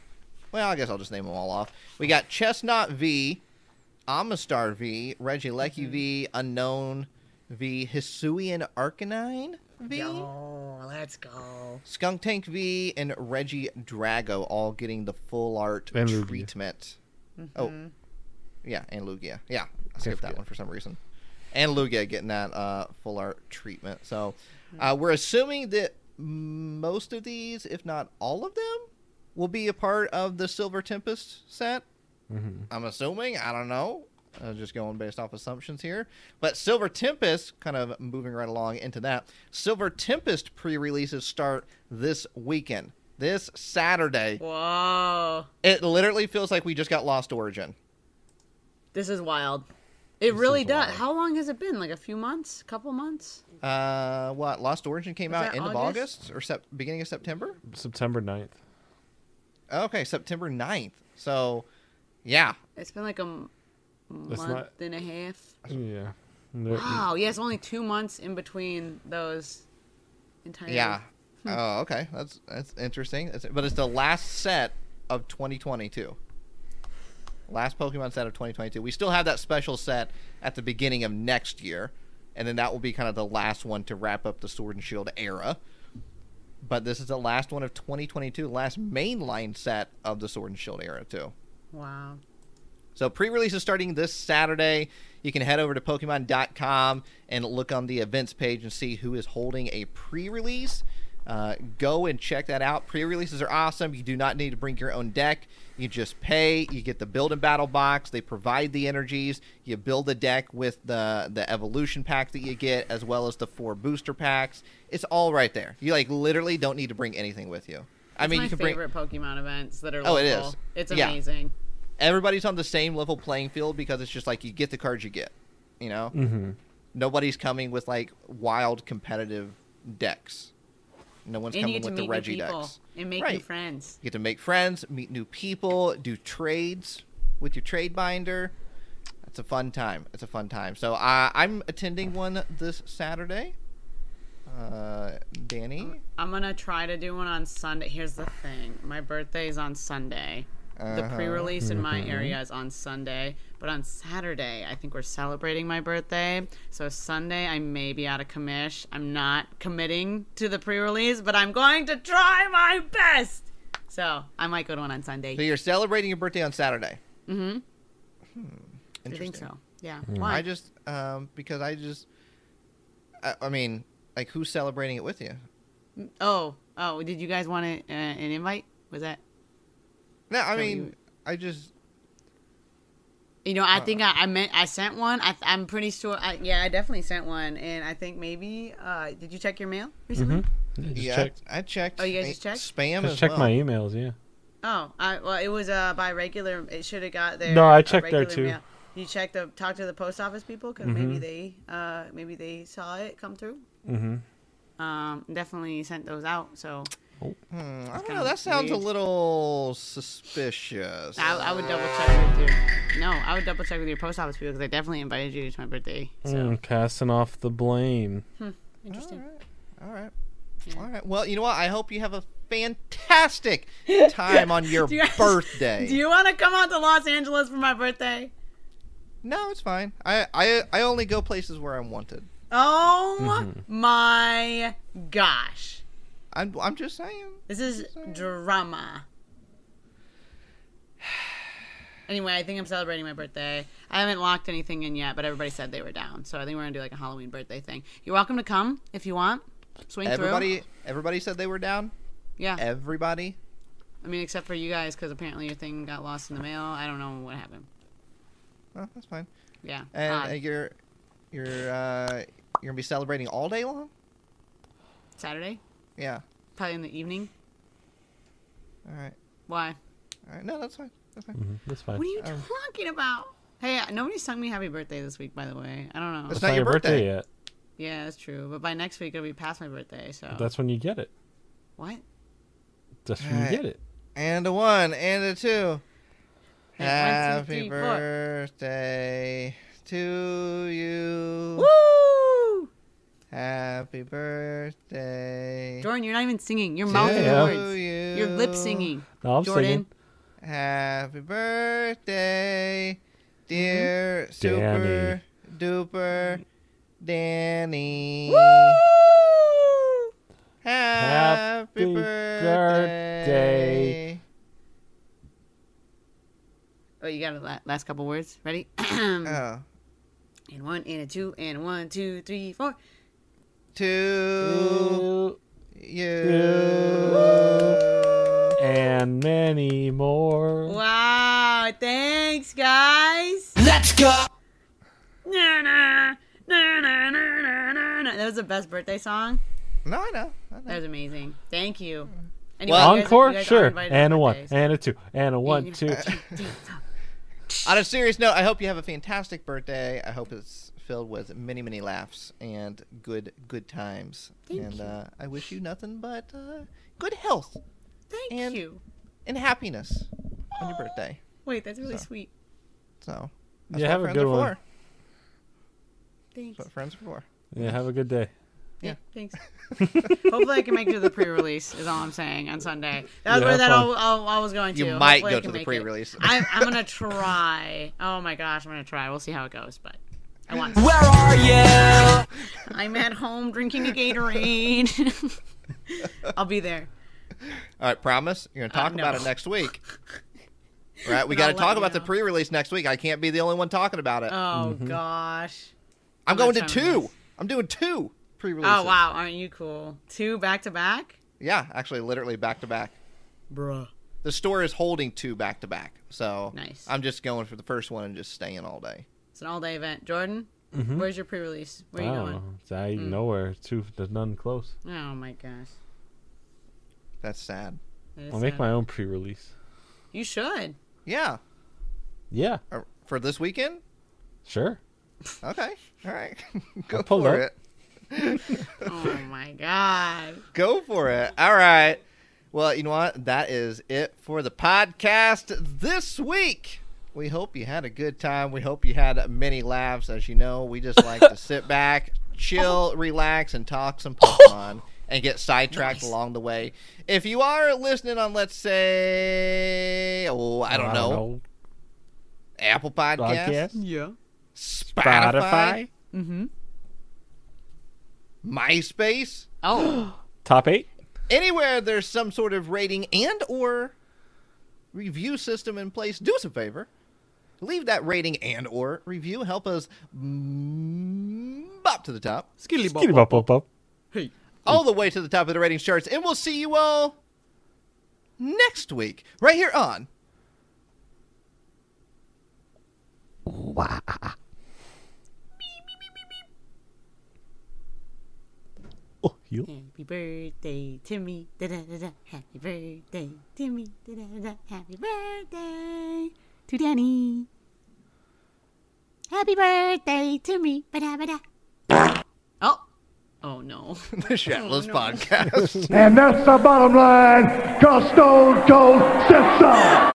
[SPEAKER 1] Well, I guess I'll just name them all off. We got Chestnut V, Amistar V, Regieleki V, Unknown V, Hisuian Arcanine V.
[SPEAKER 3] Yo, let's go.
[SPEAKER 1] Skunk Tank V and Reggie Drago all getting the full art
[SPEAKER 2] And Lugia.
[SPEAKER 1] treatment. Oh, yeah, and Lugia. Yeah, I
[SPEAKER 2] Can't
[SPEAKER 1] skipped that
[SPEAKER 2] forget.
[SPEAKER 1] one for some reason. And Lugia getting that uh, full art treatment. So uh, we're assuming that most of these, if not all of them, will be a part of the Silver Tempest set.
[SPEAKER 2] Mm-hmm.
[SPEAKER 1] I'm assuming. I don't know. Uh, just going based off assumptions here. But Silver Tempest, kind of moving right along into that, Silver Tempest pre releases start this weekend, this Saturday.
[SPEAKER 3] Whoa.
[SPEAKER 1] It literally feels like we just got Lost Origin.
[SPEAKER 3] This is wild. It really
[SPEAKER 2] is
[SPEAKER 3] does.
[SPEAKER 2] wild.
[SPEAKER 3] How long has it been? Like a few months? Couple months?
[SPEAKER 1] Uh, what? Lost Origin came
[SPEAKER 3] Was
[SPEAKER 1] out
[SPEAKER 3] that
[SPEAKER 1] end of
[SPEAKER 3] August?
[SPEAKER 1] August or sep- beginning of September?
[SPEAKER 2] September 9th.
[SPEAKER 1] Okay, September 9th. So, yeah.
[SPEAKER 3] It's been like a m- month
[SPEAKER 2] That's not-
[SPEAKER 3] and a half.
[SPEAKER 2] Yeah.
[SPEAKER 3] Wow. Yeah, it's only two months in between those entire.
[SPEAKER 1] Yeah.
[SPEAKER 3] Hmm.
[SPEAKER 1] Oh, okay. That's that's interesting. That's, but it's the last set of 2022. Last Pokemon set of 2022. We still have that special set at the beginning of next year, and then that will be kind of the last one to wrap up the Sword and Shield era. But this is the last one of 2022, last mainline set of the Sword and Shield era too.
[SPEAKER 3] Wow.
[SPEAKER 1] So pre-release is starting this Saturday. You can head over to Pokemon.com and look on the events page and see who is holding a pre-release. Uh, go and check that out. Pre releases are awesome. You do not need to bring your own deck. You just pay. You get the build and battle box. They provide the energies. You build the deck with the the evolution pack that you get, as well as the four booster packs. It's all right there. You like literally don't need to bring anything with you. I
[SPEAKER 3] It's
[SPEAKER 1] mean,
[SPEAKER 3] my
[SPEAKER 1] you can bring
[SPEAKER 3] favorite Pokemon events that are local.
[SPEAKER 1] Oh, it is.
[SPEAKER 3] It's
[SPEAKER 1] Yeah.
[SPEAKER 3] amazing.
[SPEAKER 1] everybody's on the same level playing field because it's just like you get the cards you get, you know. Mm-hmm. Nobody's coming with like wild competitive decks. No one's
[SPEAKER 3] And
[SPEAKER 1] coming
[SPEAKER 3] you get to
[SPEAKER 1] with the
[SPEAKER 3] meet new
[SPEAKER 1] Reggie
[SPEAKER 3] people
[SPEAKER 1] decks.
[SPEAKER 3] and make new
[SPEAKER 1] Right.
[SPEAKER 3] friends.
[SPEAKER 1] You get to make friends, meet new people, do trades with your trade binder. It's a fun time. It's a fun time. So uh, I'm attending one this Saturday. Uh, Danny,
[SPEAKER 3] I'm gonna try to do one on Sunday. Here's the thing: my birthday is on Sunday. The
[SPEAKER 1] Uh-huh.
[SPEAKER 3] pre-release in my
[SPEAKER 1] Mm-hmm.
[SPEAKER 3] area is on Sunday, but on Saturday I think we're celebrating my birthday. So Sunday I may be out of commish. I'm not committing to the pre-release, but I'm going to try my best. So I might go to one on Sunday.
[SPEAKER 1] so
[SPEAKER 3] Do
[SPEAKER 1] you're celebrating your birthday on Saturday. Mm-hmm. Hmm.
[SPEAKER 3] you
[SPEAKER 1] Interesting. Mm.
[SPEAKER 3] think so? Yeah. Why?
[SPEAKER 1] I just um, because I just I, I mean like who's celebrating it with you?
[SPEAKER 3] oh, oh. Did you guys want a, uh, an invite? Was that?
[SPEAKER 1] No, I
[SPEAKER 3] So
[SPEAKER 1] mean
[SPEAKER 3] you-
[SPEAKER 1] I just
[SPEAKER 3] You know, I think I, I meant I sent one. I, I'm pretty sure. I, yeah, I definitely sent one, and I think maybe. Uh, did you check your mail recently?
[SPEAKER 2] Just
[SPEAKER 1] yeah
[SPEAKER 2] check,
[SPEAKER 1] I checked.
[SPEAKER 3] Oh, you guys
[SPEAKER 1] I-
[SPEAKER 3] just checked?
[SPEAKER 1] spam.
[SPEAKER 2] just
[SPEAKER 1] as
[SPEAKER 2] check
[SPEAKER 1] well.
[SPEAKER 2] my emails. Yeah.
[SPEAKER 3] Oh, I, well, it was uh, by regular. It should have got there.
[SPEAKER 2] No, I
[SPEAKER 3] uh,
[SPEAKER 2] checked there,
[SPEAKER 3] regular
[SPEAKER 2] too. Mm-hmm.
[SPEAKER 3] mail. You checked the talk to the post office people because maybe they uh, maybe they saw it come through. Mm-hmm. Um, definitely sent those out. So
[SPEAKER 1] Hmm, I don't
[SPEAKER 3] kinda
[SPEAKER 1] know. That sounds
[SPEAKER 3] weird.
[SPEAKER 1] a little suspicious.
[SPEAKER 3] I, I would double check with you. No, I would double check with your post office people because I definitely invited you to my birthday. So
[SPEAKER 2] Mm, passing off the blame.
[SPEAKER 3] interesting.
[SPEAKER 1] All right. All right. Well, you know what? I hope you have a fantastic time on your
[SPEAKER 3] Do you guys-
[SPEAKER 1] birthday.
[SPEAKER 3] Do you want to come out to Los Angeles for my birthday?
[SPEAKER 1] No, it's fine. I, I I only go places where I'm wanted.
[SPEAKER 3] Oh
[SPEAKER 1] Mm-hmm.
[SPEAKER 3] my gosh.
[SPEAKER 1] I'm I'm just saying.
[SPEAKER 3] This is drama. Anyway, I think I'm celebrating my birthday. I haven't locked anything in yet, but everybody said they were down. So I think we're going to do like a Halloween birthday thing. You're welcome to come if you want. Swing
[SPEAKER 1] Everybody
[SPEAKER 3] through.
[SPEAKER 1] everybody said they were down.
[SPEAKER 3] Yeah.
[SPEAKER 1] Everybody.
[SPEAKER 3] I mean, except for you guys because apparently your thing got lost in the mail. I don't know what happened.
[SPEAKER 1] Oh, that's fine.
[SPEAKER 3] Yeah.
[SPEAKER 1] And
[SPEAKER 3] odd.
[SPEAKER 1] uh, you're you're uh, you're gonna be celebrating all day long.
[SPEAKER 3] Saturday?
[SPEAKER 1] Yeah.
[SPEAKER 3] Probably in the evening.
[SPEAKER 1] All right.
[SPEAKER 3] Why?
[SPEAKER 1] All right. No, that's fine. That's fine.
[SPEAKER 2] Mhm, That's fine.
[SPEAKER 3] What are you
[SPEAKER 1] Uh,
[SPEAKER 3] talking about? Hey, uh, nobody sung me happy birthday this week, by the way. I don't know.
[SPEAKER 1] It's
[SPEAKER 2] it's
[SPEAKER 1] not
[SPEAKER 2] not
[SPEAKER 1] your
[SPEAKER 2] your
[SPEAKER 1] birthday.
[SPEAKER 2] birthday yet.
[SPEAKER 3] Yeah, that's true. But by next week, it'll be past my birthday. So
[SPEAKER 2] That's when you get it.
[SPEAKER 3] what?
[SPEAKER 2] That's when
[SPEAKER 1] Alright.
[SPEAKER 2] you get it.
[SPEAKER 1] And a one and a two.
[SPEAKER 3] And one, two,
[SPEAKER 1] Happy
[SPEAKER 3] three, four.
[SPEAKER 1] birthday to you.
[SPEAKER 3] Woo!
[SPEAKER 1] Happy birthday
[SPEAKER 3] Jordan, you're not even singing. You're
[SPEAKER 1] to
[SPEAKER 2] mouthing
[SPEAKER 3] mouthing
[SPEAKER 2] Yeah.
[SPEAKER 3] words.
[SPEAKER 1] you.
[SPEAKER 3] You're lip singing.
[SPEAKER 2] No, I'm
[SPEAKER 3] Jordan,
[SPEAKER 2] singing.
[SPEAKER 1] Happy birthday,
[SPEAKER 3] Mm-hmm.
[SPEAKER 1] dear super
[SPEAKER 2] Danny.
[SPEAKER 1] duper Danny.
[SPEAKER 2] Happy
[SPEAKER 1] Happy birthday.
[SPEAKER 2] birthday.
[SPEAKER 3] oh, you got the last couple words. Ready?
[SPEAKER 2] Uh.
[SPEAKER 1] Oh.
[SPEAKER 3] and one, and a two, and one, two, three, four.
[SPEAKER 1] To you.
[SPEAKER 2] You. And many more.
[SPEAKER 3] Wow! Thanks, guys.
[SPEAKER 5] Let's go.
[SPEAKER 3] Na na na na na na na. na. That was the best birthday song.
[SPEAKER 1] No, I know. I know.
[SPEAKER 3] That was amazing. Thank you. Anyway,
[SPEAKER 1] Well,
[SPEAKER 3] you guys-
[SPEAKER 2] Encore?
[SPEAKER 3] you guys are
[SPEAKER 2] sure.
[SPEAKER 3] invited to
[SPEAKER 2] And a one,
[SPEAKER 3] birthdays.
[SPEAKER 2] and a two, and a one, two.
[SPEAKER 1] On a serious note, I hope you have a fantastic birthday. I hope it's filled with many, many laughs and good, good times. and Uh, I wish you nothing but uh, good health
[SPEAKER 3] Thank
[SPEAKER 1] And-
[SPEAKER 3] you.
[SPEAKER 1] and happiness on your birthday.
[SPEAKER 3] Wait, that's really
[SPEAKER 1] So.
[SPEAKER 3] sweet.
[SPEAKER 1] So
[SPEAKER 2] Yeah,
[SPEAKER 1] what
[SPEAKER 2] have a
[SPEAKER 1] friends
[SPEAKER 2] good
[SPEAKER 1] are
[SPEAKER 2] one.
[SPEAKER 1] For.
[SPEAKER 3] Thanks.
[SPEAKER 1] That's what friends are for.
[SPEAKER 2] Yeah, have a good day.
[SPEAKER 1] Yeah.
[SPEAKER 3] Thanks. Hopefully, I can make it to the pre-release. Is all I'm saying on Sunday. That was
[SPEAKER 2] Yeah,
[SPEAKER 3] where
[SPEAKER 2] have
[SPEAKER 3] that
[SPEAKER 2] fun.
[SPEAKER 3] all, all, all was going to.
[SPEAKER 1] You might
[SPEAKER 3] Hopefully I
[SPEAKER 1] go
[SPEAKER 3] can
[SPEAKER 1] to the
[SPEAKER 3] make it.
[SPEAKER 1] pre-release.
[SPEAKER 3] I'm, I'm gonna try. Oh my gosh, I'm gonna try. We'll see how it goes, but I want. to.
[SPEAKER 5] Where are you?
[SPEAKER 3] I'm at home drinking a Gatorade. I'll be there.
[SPEAKER 1] All right, promise you're gonna talk
[SPEAKER 3] Uh, no.
[SPEAKER 1] about it next week. All right, we
[SPEAKER 3] Then I'll
[SPEAKER 1] got to talk
[SPEAKER 3] let you
[SPEAKER 1] about the
[SPEAKER 3] know.
[SPEAKER 1] pre-release next week. I can't
[SPEAKER 2] Mm-hmm.
[SPEAKER 1] be the only one talking about it.
[SPEAKER 3] Oh gosh.
[SPEAKER 1] I'm going to
[SPEAKER 3] that's fine with
[SPEAKER 1] two.
[SPEAKER 3] us.
[SPEAKER 1] I'm doing two. pre-releases.
[SPEAKER 3] Oh wow, aren't you cool? Two back to back?
[SPEAKER 1] Yeah, actually, literally back to back.
[SPEAKER 3] Bruh.
[SPEAKER 1] The store is holding two back to back, so
[SPEAKER 3] Nice.
[SPEAKER 1] I'm just going for the first one and just staying all day.
[SPEAKER 3] It's an all day event. Jordan, where's your pre release? Where you
[SPEAKER 2] Mm-hmm. I don't
[SPEAKER 3] going? Mm.
[SPEAKER 2] know. It's out of nowhere. Two, there's none close.
[SPEAKER 3] Oh my gosh.
[SPEAKER 1] That's sad.
[SPEAKER 3] That is
[SPEAKER 2] I'll make
[SPEAKER 3] sad.
[SPEAKER 2] my own pre-release.
[SPEAKER 3] You should.
[SPEAKER 1] Yeah,
[SPEAKER 2] Yeah,
[SPEAKER 1] Uh, for this weekend.
[SPEAKER 2] sure.
[SPEAKER 1] Okay, all right, go
[SPEAKER 2] pull
[SPEAKER 1] for
[SPEAKER 2] up.
[SPEAKER 1] it.
[SPEAKER 3] Oh my god.
[SPEAKER 1] Go for it. All right. Well, you know what? That is it for the podcast this week. We hope you had a good time. We hope you had many laughs. As you know, we just like to sit back, chill, relax, and talk some Pokemon and get sidetracked
[SPEAKER 3] Nice.
[SPEAKER 1] along the way. If you are listening on, let's say, oh, I don't, know, Apple Podcasts,
[SPEAKER 2] Podcast.
[SPEAKER 3] Yeah.
[SPEAKER 1] Spotify, MySpace,
[SPEAKER 3] Oh.
[SPEAKER 2] Top eight.
[SPEAKER 1] anywhere there's some sort of rating and or review system in place do us a favor leave that rating and or review help us mm, bop to the top
[SPEAKER 3] Skitty
[SPEAKER 2] Skitty bop bop bop.
[SPEAKER 3] Hey.
[SPEAKER 1] all the way to the top of the ratings charts and we'll see you all next week right here on
[SPEAKER 2] Oh, you.
[SPEAKER 3] Happy birthday to me. Da, da, da, da. Happy birthday to me. Da, da, da, da. Happy birthday to Danny. Happy birthday to me. Ba-da, ba-da. Oh. Oh no.
[SPEAKER 1] the Shatless Podcast.
[SPEAKER 4] And that's the bottom line, Costo Cold Sets